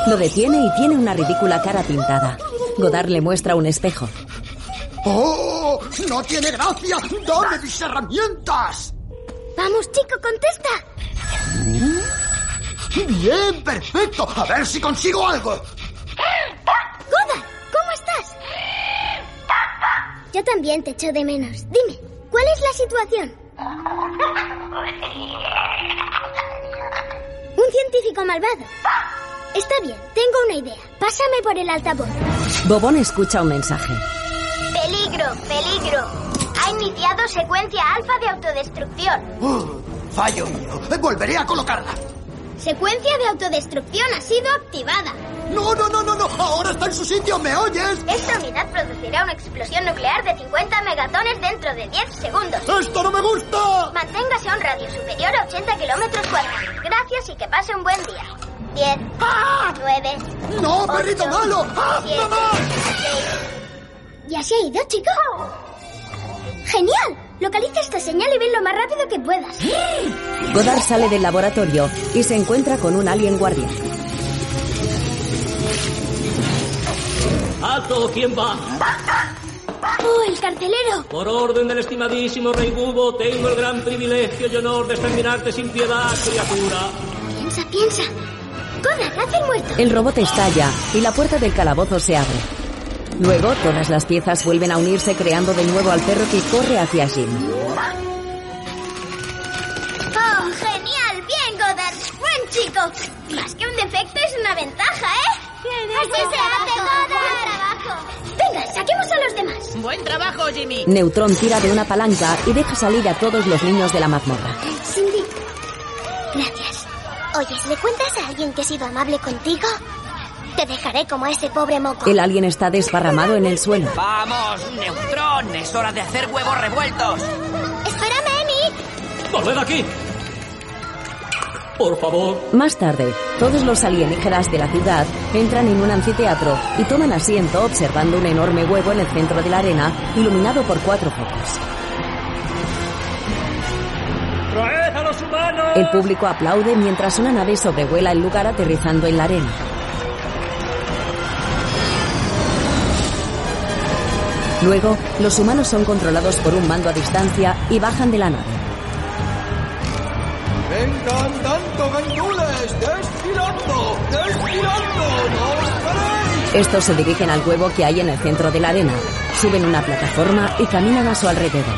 Speaker 1: Lo detiene y tiene una ridícula cara pintada. Godard le muestra un espejo.
Speaker 16: ¡Oh! ¡No tiene gracia! ¡Dame mis herramientas!
Speaker 20: Vamos, chico, contesta.
Speaker 16: Bien, perfecto. A ver si consigo algo.
Speaker 20: Goda, ¿cómo estás?
Speaker 5: Yo también te echo de menos. Dime, ¿cuál es la situación? Un científico malvado. Está bien, tengo una idea. Pásame por el altavoz.
Speaker 1: Bobón escucha un mensaje.
Speaker 5: Peligro, peligro.
Speaker 20: Ha iniciado secuencia alfa de autodestrucción.
Speaker 16: Uh, fallo mío. Volveré a colocarla.
Speaker 20: Secuencia de autodestrucción ha sido activada.
Speaker 16: No, no, no, no, no. Ahora está en su sitio. ¿Me oyes?
Speaker 20: Esta unidad producirá una explosión nuclear de 50 megatones dentro de 10 segundos.
Speaker 16: ¡Esto no me gusta!
Speaker 20: Manténgase a un radio superior a 80 kilómetros cuadrados. Gracias y que pase un buen día. 10, 9,
Speaker 16: ¡Ah! ¡No, perrito malo! ¡Ah, mamá!
Speaker 20: ¿Ya se ha ido, chico?
Speaker 16: ¡Oh!
Speaker 5: ¡Genial! Localiza esta señal y ven lo más rápido que puedas.
Speaker 1: Godard sale del laboratorio y se encuentra con un alien guardián.
Speaker 19: Alto, ¿quién va?
Speaker 5: ¡Oh, el carcelero!
Speaker 19: Por orden del estimadísimo rey Bubo, tengo el gran privilegio y honor de exterminarte sin piedad, criatura.
Speaker 5: Piensa, piensa. Conrad, haz el muerto.
Speaker 1: El robot estalla y la puerta del calabozo se abre. Luego, todas las piezas vuelven a unirse creando de nuevo al perro que corre hacia Jim.
Speaker 5: ¡Oh, genial! ¡Bien, Goddard! ¡Buen chico! Más que un defecto es una ventaja, ¿eh? ¡Así
Speaker 30: buen
Speaker 5: se hace,
Speaker 30: trabajo,
Speaker 5: Goddard! Venga, saquemos a los demás.
Speaker 11: Buen trabajo, Jimmy.
Speaker 1: Neutrón tira de una palanca y deja salir a todos los niños de la mazmorra.
Speaker 5: Cindy, gracias. Oyes, ¿le cuentas a alguien que he sido amable contigo? Te dejaré como a ese pobre moco.
Speaker 1: El alien está desparramado en el suelo.
Speaker 11: ¡Vamos, Neutrón! ¡Es hora de hacer huevos revueltos!
Speaker 5: ¡Espérame, Emi!
Speaker 19: ¡Volved aquí! Por favor.
Speaker 1: Más tarde, todos los alienígenas de la ciudad entran en un anfiteatro y toman asiento observando un enorme huevo en el centro de la arena, iluminado por cuatro focos.
Speaker 19: ¡Traed a los humanos!
Speaker 1: El público aplaude mientras una nave sobrevuela el lugar aterrizando en la arena. Luego, los humanos son controlados por un mando a distancia y bajan de la nave.
Speaker 14: ¡Vengan tanto, gandules! ¡Destilando! ¡Destilando! ¡No os paréis!
Speaker 1: Estos se dirigen al huevo que hay en el centro de la arena, suben una plataforma y caminan a su alrededor.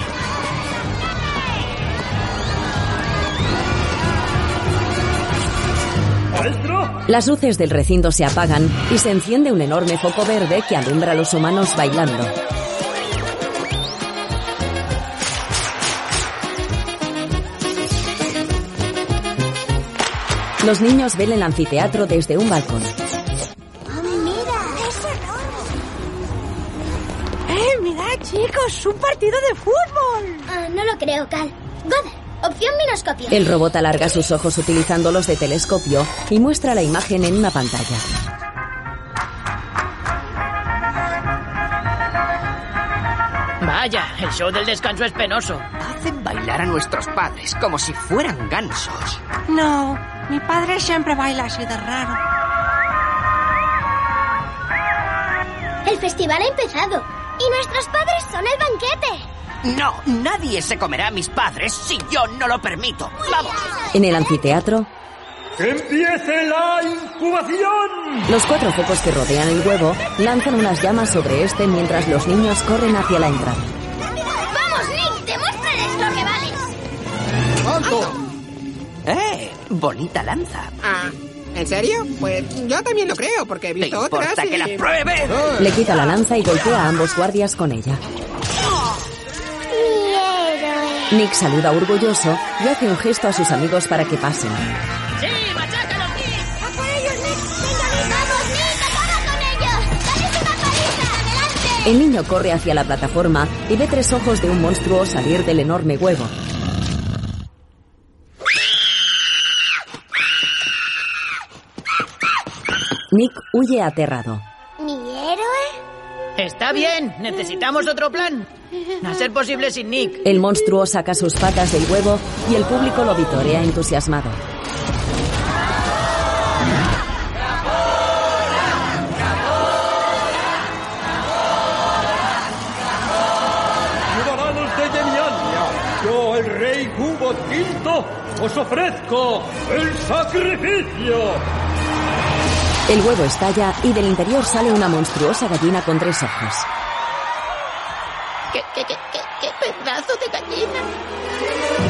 Speaker 1: Las luces del recinto se apagan y se enciende un enorme foco verde que alumbra a los humanos bailando. Los niños ven el anfiteatro desde un balcón.
Speaker 10: ¡Eh, mirad, chicos! ¡Un partido de fútbol!
Speaker 5: Ah, no lo creo, Cal. Goddard, opción minoscopio.
Speaker 1: El robot alarga sus ojos utilizando los de telescopio y muestra la imagen en una pantalla.
Speaker 11: Vaya, el show del descanso es penoso.
Speaker 31: Hacen bailar a nuestros padres como si fueran gansos.
Speaker 10: No, mi padre siempre baila así de raro.
Speaker 5: El festival ha empezado. Y nuestros padres son el banquete.
Speaker 31: No, nadie se comerá a mis padres si yo no lo permito. ¡Vamos!
Speaker 1: En el anfiteatro,
Speaker 14: ¡Que empiece la incubación!
Speaker 1: los cuatro focos que rodean el huevo lanzan unas llamas sobre este mientras los niños corren hacia la entrada.
Speaker 5: ¡Vamos, Nick! ¡Demuéstrales lo que vales!
Speaker 31: ¡Eh! Bonita lanza.
Speaker 32: Ah, ¿en serio? Pues yo también lo creo, porque he
Speaker 31: ¿Te
Speaker 32: visto
Speaker 31: importa
Speaker 32: otras y... Ah.
Speaker 31: que la pruebe?
Speaker 1: Le quita la lanza y golpea a ambos guardias con ella. Nick saluda orgulloso y hace un gesto a sus amigos para que pasen.
Speaker 5: ¡Sí, machácalo, Nick! ¡A por ellos, Nick! ¡Venga, Nick! ¡Vamos, Nick! ¡Acaba con ellos! ¡Dales una paliza! ¡Adelante!
Speaker 1: El niño corre hacia la plataforma y ve tres ojos de un monstruo salir del enorme huevo. Nick huye aterrado.
Speaker 5: ¿Mi héroe?
Speaker 11: Está bien, necesitamos otro plan. A ser posible sin Nick.
Speaker 1: El monstruo saca sus patas del huevo y el público lo vitorea entusiasmado.
Speaker 14: Ciudadanos de Yemiania, yo, el rey Cubo Quinto, os ofrezco el sacrificio.
Speaker 1: El huevo estalla y del interior sale una monstruosa gallina con tres ojos.
Speaker 30: ¿Qué, qué, qué, qué, qué pedazo de gallina?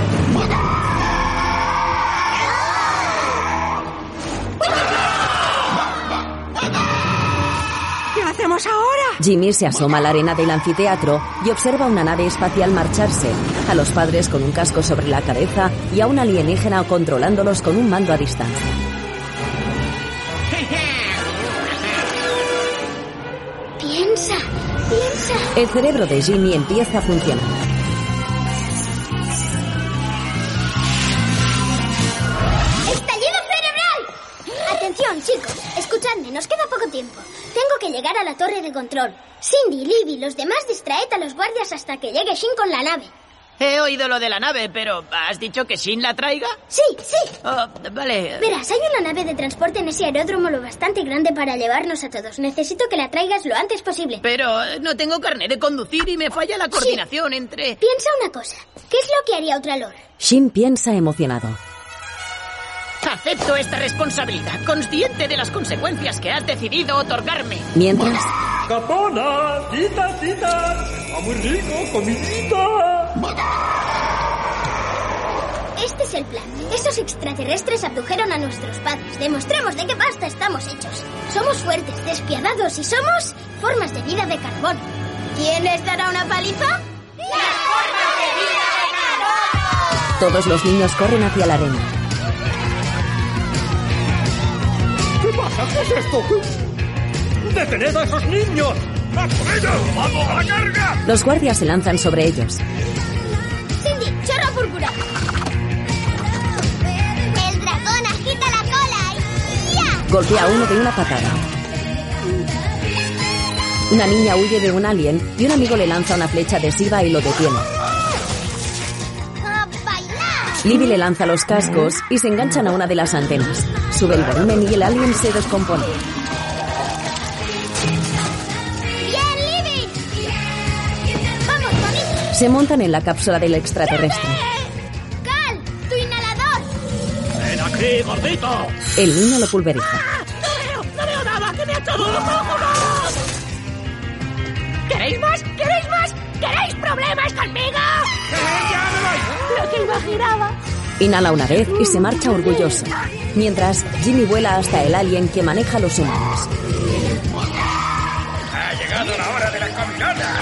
Speaker 10: ¿Qué hacemos ahora?
Speaker 1: Jimmy se asoma a la arena del anfiteatro y observa una nave espacial marcharse, a los padres con un casco sobre la cabeza y a un alienígena controlándolos con un mando a distancia.
Speaker 5: Piensa, piensa.
Speaker 1: El cerebro de Jimmy empieza a funcionar.
Speaker 5: ¡Estallido cerebral! Atención, chicos. Escuchadme, nos queda poco tiempo. Tengo que llegar a la torre de control. Cindy, Libby, los demás distraed a los guardias hasta que llegue Shin con la nave.
Speaker 11: He oído lo de la nave, pero ¿has dicho que Shin la traiga? Oh,
Speaker 5: Sí, sí.
Speaker 11: vale.
Speaker 5: Verás, hay una nave de transporte en ese aeródromo lo bastante grande para llevarnos a todos. Necesito que la traigas lo antes posible.
Speaker 11: Pero eh, no tengo carnet de conducir y me falla la coordinación entre...
Speaker 5: Piensa una cosa. ¿Qué es lo que haría otra Lord?
Speaker 1: Shin piensa emocionado.
Speaker 11: Acepto esta responsabilidad, consciente de las consecuencias que has decidido otorgarme.
Speaker 1: Mientras,
Speaker 14: ¡Capona! ¡Tita, tita! ¡Está muy rico, comidita!
Speaker 5: Este es el plan. Esos extraterrestres abdujeron a nuestros padres. Demostremos de qué pasta estamos hechos. Somos fuertes, despiadados y somos formas de vida de carbón. ¿Quién les dará una paliza?
Speaker 1: todos los niños corren hacia la arena.
Speaker 14: ¿Qué pasa? ¿Qué es esto? ¡Detened a esos niños! ¡A por ellos! ¡Vamos a la carga!
Speaker 1: Los guardias se lanzan sobre ellos.
Speaker 5: Cindy, chorro púrpura.
Speaker 33: El dragón agita la cola y... ¡Ya!
Speaker 1: Golpea a uno de una patada. Una niña huye de un alien y un amigo le lanza una flecha adhesiva y lo detiene. Libby le lanza los cascos y se enganchan a una de las antenas. Sube el volumen y el alien se descompone.
Speaker 5: ¡Bien, Libby! ¡Vamos, Tommy!
Speaker 1: Se montan en la cápsula del extraterrestre.
Speaker 5: ¡Cal, tu inhalador!
Speaker 34: ¡Ven aquí, gordito!
Speaker 1: El niño lo pulveriza.
Speaker 34: ¡No veo nada! ¡Que me ha echado los ojos!
Speaker 11: ¿Queréis más? ¿Queréis más? ¿Queréis problemas conmigo?
Speaker 10: Lo que imaginaba.
Speaker 1: Inhala una vez y se marcha orgulloso. Mientras, Jimmy vuela hasta el alien que maneja los humanos.
Speaker 35: Ha llegado la hora de la caminata.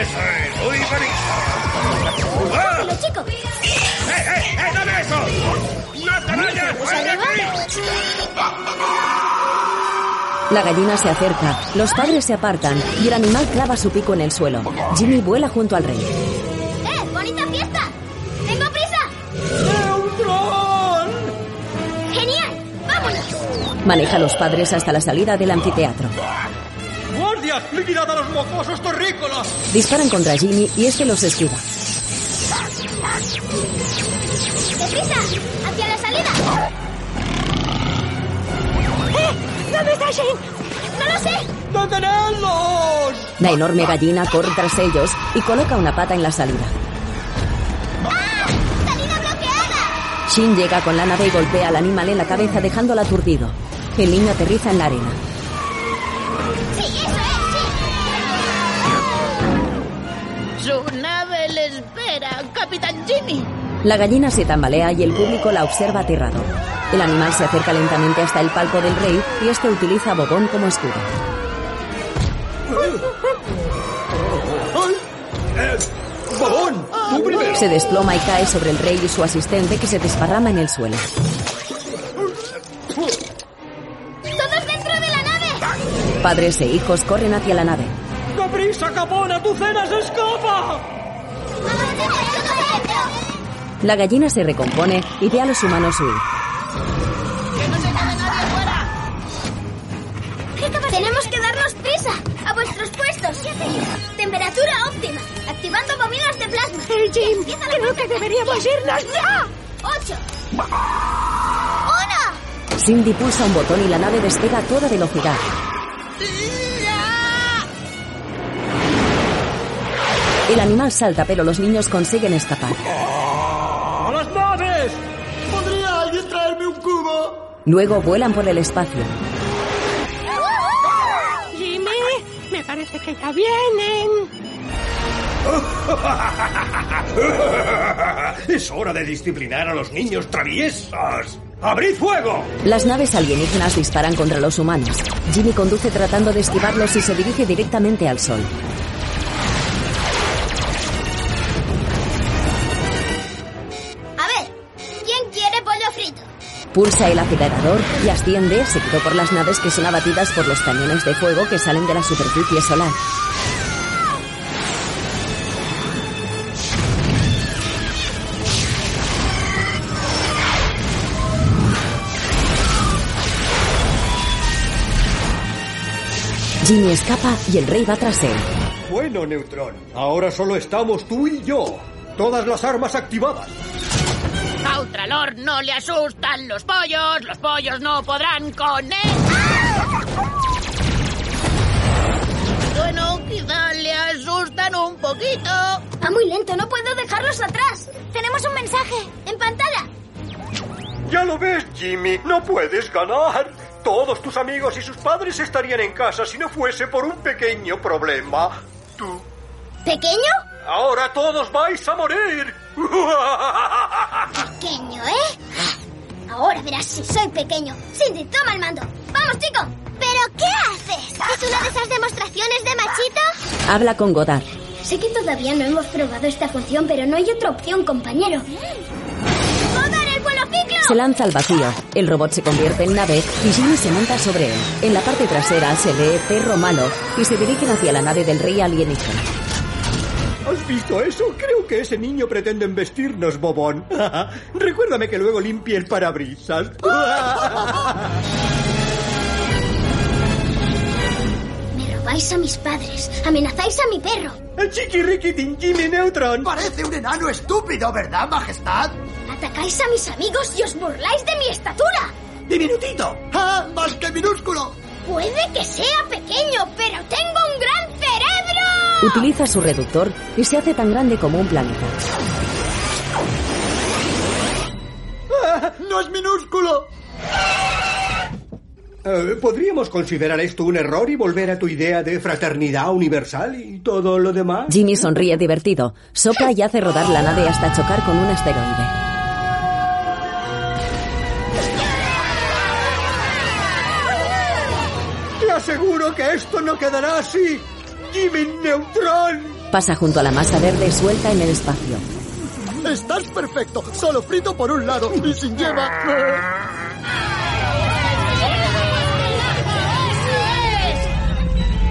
Speaker 35: Eso es, muy bonito. ¡Ah!
Speaker 5: ¡Lo chico!
Speaker 35: ¡Eh, eh, eh! ¡Dame eso! ¡No te vayas! ¡Fuera de aquí!
Speaker 1: La gallina se acerca, los padres se apartan y el animal clava su pico en el suelo. Jimmy vuela junto al rey.
Speaker 5: ¡Eh, bonita fiesta! ¡Tengo prisa! ¡Genial! ¡Vámonos!
Speaker 1: Maneja a los padres hasta la salida del anfiteatro.
Speaker 14: ¡Guardias! ¡Liquidad a los mocosos terrícolas!
Speaker 1: Disparan contra Jimmy y este los esquiva.
Speaker 5: ¡Deprisa! ¡Hacia la salida!
Speaker 10: ¡Eh! ¿Dónde está Shin?
Speaker 5: ¡No lo sé!
Speaker 14: ¡Detenedlos!
Speaker 1: La enorme gallina corre tras ellos y coloca una pata en la salida. Shin llega con la nave y golpea al animal en la cabeza dejándolo aturdido. El niño aterriza en la arena.
Speaker 11: Su nave le espera, Capitán Jimmy.
Speaker 1: La gallina se tambalea y el público la observa aterrado. El animal se acerca lentamente hasta el palco del rey y este utiliza a Bobón como escudo.
Speaker 35: Eh,
Speaker 14: ¡Bobón! ¡Tú primero!
Speaker 1: Se desploma y cae sobre el rey y su asistente que se desparrama en el suelo.
Speaker 5: ¡Todos dentro de la nave!
Speaker 1: Padres e hijos corren hacia la nave.
Speaker 14: ¡Caprisa, capona! ¡Tu cena se escapa!
Speaker 5: ¡Vamos dentro, todos dentro!
Speaker 1: La gallina se recompone y ve a los humanos huir.
Speaker 5: Tenemos que darnos prisa. A vuestros puestos. Temperatura óptima. Activando bobinas de plasma.
Speaker 10: Eh, Jim, creo que deberíamos irnos ya.
Speaker 5: Ocho. Una.
Speaker 1: Cindy pulsa un botón y la nave despega a toda velocidad. El animal salta pero los niños consiguen escapar.
Speaker 14: ¡A las naves! ¿Podría alguien traerme un cubo?
Speaker 1: Luego vuelan por el espacio.
Speaker 10: Jimmy, me parece que ya vienen.
Speaker 14: es hora de disciplinar a los niños traviesos. ¡Abrid fuego!
Speaker 1: Las naves alienígenas disparan contra los humanos. Jimmy conduce tratando de esquivarlos y se dirige directamente al sol.
Speaker 5: A ver, ¿quién quiere pollo frito?
Speaker 1: Pulsa el acelerador y asciende, seguido por las naves que son abatidas por los cañones de fuego que salen de la superficie solar. Jimmy escapa y el rey va tras él.
Speaker 14: bueno, Neutrón. Ahora solo estamos tú y yo. Todas las armas activadas.
Speaker 11: Cautralor no le asustan los pollos, los pollos no podrán con él.
Speaker 5: ¡Ah!
Speaker 36: Bueno, quizás le asustan un poquito.
Speaker 37: Va muy lento, no puedo dejarlos atrás. Tenemos un mensaje en pantalla.
Speaker 14: Ya lo ves, Jimmy, no puedes ganar. Todos tus amigos y sus padres estarían en casa si no fuese por un pequeño problema. Tú.
Speaker 37: ¿Pequeño?
Speaker 14: Ahora todos vais a morir.
Speaker 37: Pequeño, ¿eh? Ahora verás si soy pequeño. Cindy, toma el mando. ¡Vamos, chico!
Speaker 5: ¿Pero qué haces? ¿Es una de esas demostraciones de machito?
Speaker 1: Habla con Godard.
Speaker 5: Sé que todavía no hemos probado esta función, pero no hay otra opción, compañero. ¡Godard, el vuelo ciclo!
Speaker 1: Se lanza al vacío. El robot se convierte en nave y Jimmy se monta sobre él. En la parte trasera se lee perro malo y se dirigen hacia la nave del rey alienígena.
Speaker 14: ¿Has visto eso? Creo que ese niño pretende embestirnos, Bobón. Recuérdame que luego limpie el parabrisas.
Speaker 5: Me robáis a mis padres, amenazáis a mi perro.
Speaker 14: Chiquiriquitín Jimmy Neutron.
Speaker 16: Parece un enano estúpido, ¿verdad, majestad?
Speaker 5: Atacáis a mis amigos y os burláis de mi estatura.
Speaker 16: ¡Diminutito! ¡Ah, más que minúsculo!
Speaker 5: Puede que sea pequeño, pero tengo un gran cerebro.
Speaker 1: Utiliza su reductor y se hace tan grande como un planeta.
Speaker 16: ¡Ah, ¡No es minúsculo!
Speaker 14: Eh, ¿Podríamos considerar esto un error y volver a tu idea de fraternidad universal y todo lo demás?
Speaker 1: Jimmy sonríe divertido, sopla y hace rodar la nave hasta chocar con un asteroide.
Speaker 14: Te aseguro que esto no quedará así. Jimmy Neutron.
Speaker 1: Pasa junto a la masa verde suelta en el espacio.
Speaker 16: Estás perfecto, solo frito por un lado y sin lleva.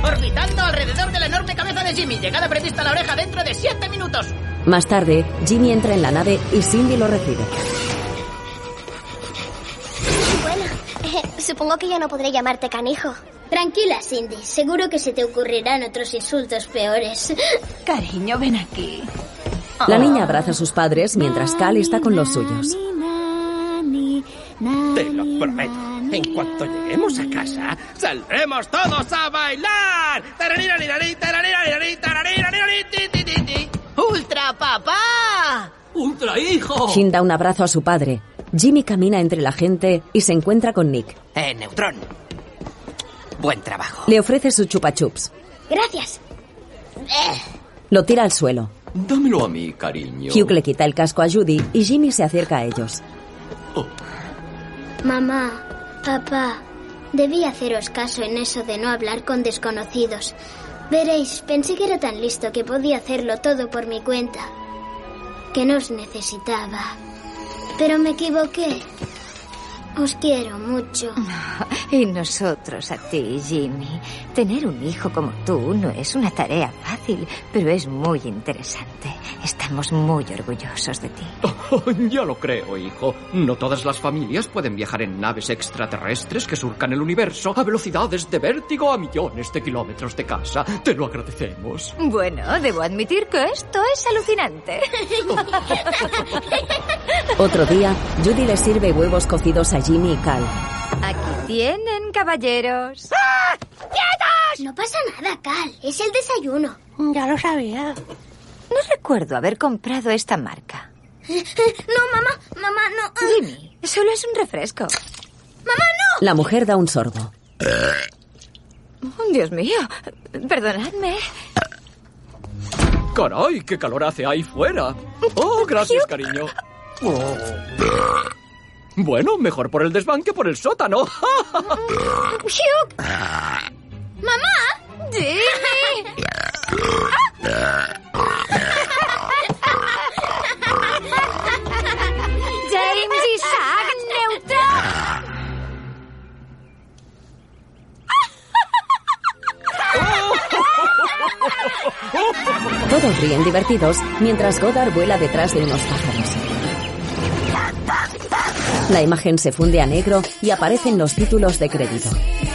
Speaker 11: Orbitando alrededor de la enorme cabeza de Jimmy. Llegada prevista a la oreja dentro de siete minutos.
Speaker 1: Más tarde, Jimmy entra en la nave y Cindy lo recibe.
Speaker 5: Bueno, eh, supongo que ya no podré llamarte canijo.
Speaker 37: Tranquila, Cindy. Seguro que se te ocurrirán otros insultos peores. Oh,
Speaker 36: Cariño, ven aquí.
Speaker 1: La niña abraza a sus padres mientras Cal está con los suyos.
Speaker 38: Te lo prometo. En cuanto lleguemos a casa, saldremos todos a bailar. Tararirarirari, tararirarirari, tararirarirari, ti, ti, ti, ti.
Speaker 11: ¡Ultra papá!
Speaker 39: ¡Ultra
Speaker 11: Oh.
Speaker 39: hijo!
Speaker 1: Shin da un abrazo a su padre. Jimmy camina entre la gente y se encuentra con Nick.
Speaker 40: Eh, Neutrón. Buen trabajo.
Speaker 1: Le ofrece su chupa chups.
Speaker 5: Gracias.
Speaker 1: Lo tira al suelo.
Speaker 8: Dámelo a mí, cariño.
Speaker 1: Hugh le quita el casco a Judy y Jimmy se acerca a ellos.
Speaker 37: Mamá, papá, debí haceros caso en eso de no hablar con desconocidos. Veréis, pensé que era tan listo que podía hacerlo todo por mi cuenta. Que no os necesitaba. Pero me equivoqué. Os quiero mucho.
Speaker 7: Y nosotros a ti, Jimmy. Tener un hijo como tú no es una tarea fácil, pero es muy interesante. Estamos muy orgullosos de ti.
Speaker 8: ya lo creo, hijo. No todas las familias pueden viajar en naves extraterrestres que surcan el universo a velocidades de vértigo a millones de kilómetros de casa. Te lo agradecemos.
Speaker 7: Bueno, debo admitir que esto es alucinante.
Speaker 1: Otro día, Judy le sirve huevos cocidos a Jimmy y Cal.
Speaker 7: Aquí tienen, caballeros.
Speaker 5: No pasa nada, Cal. Es el desayuno.
Speaker 41: Ya lo sabía.
Speaker 7: No recuerdo haber comprado esta marca.
Speaker 5: No, mamá, mamá, no.
Speaker 7: Jimmy, solo es un refresco.
Speaker 1: La mujer da un sorbo.
Speaker 7: Oh, Dios mío, perdonadme.
Speaker 8: Caray, qué calor hace ahí fuera. Oh, gracias, cariño. Oh. Bueno, mejor por el desván que por el sótano.
Speaker 7: Hugh,
Speaker 5: ¡Mamá! ¡Ah!
Speaker 7: Jimmy. James Isaac Neutron.
Speaker 1: Todos ríen divertidos mientras Godard vuela detrás de unos pájaros. La imagen se funde a negro y aparecen los títulos de crédito.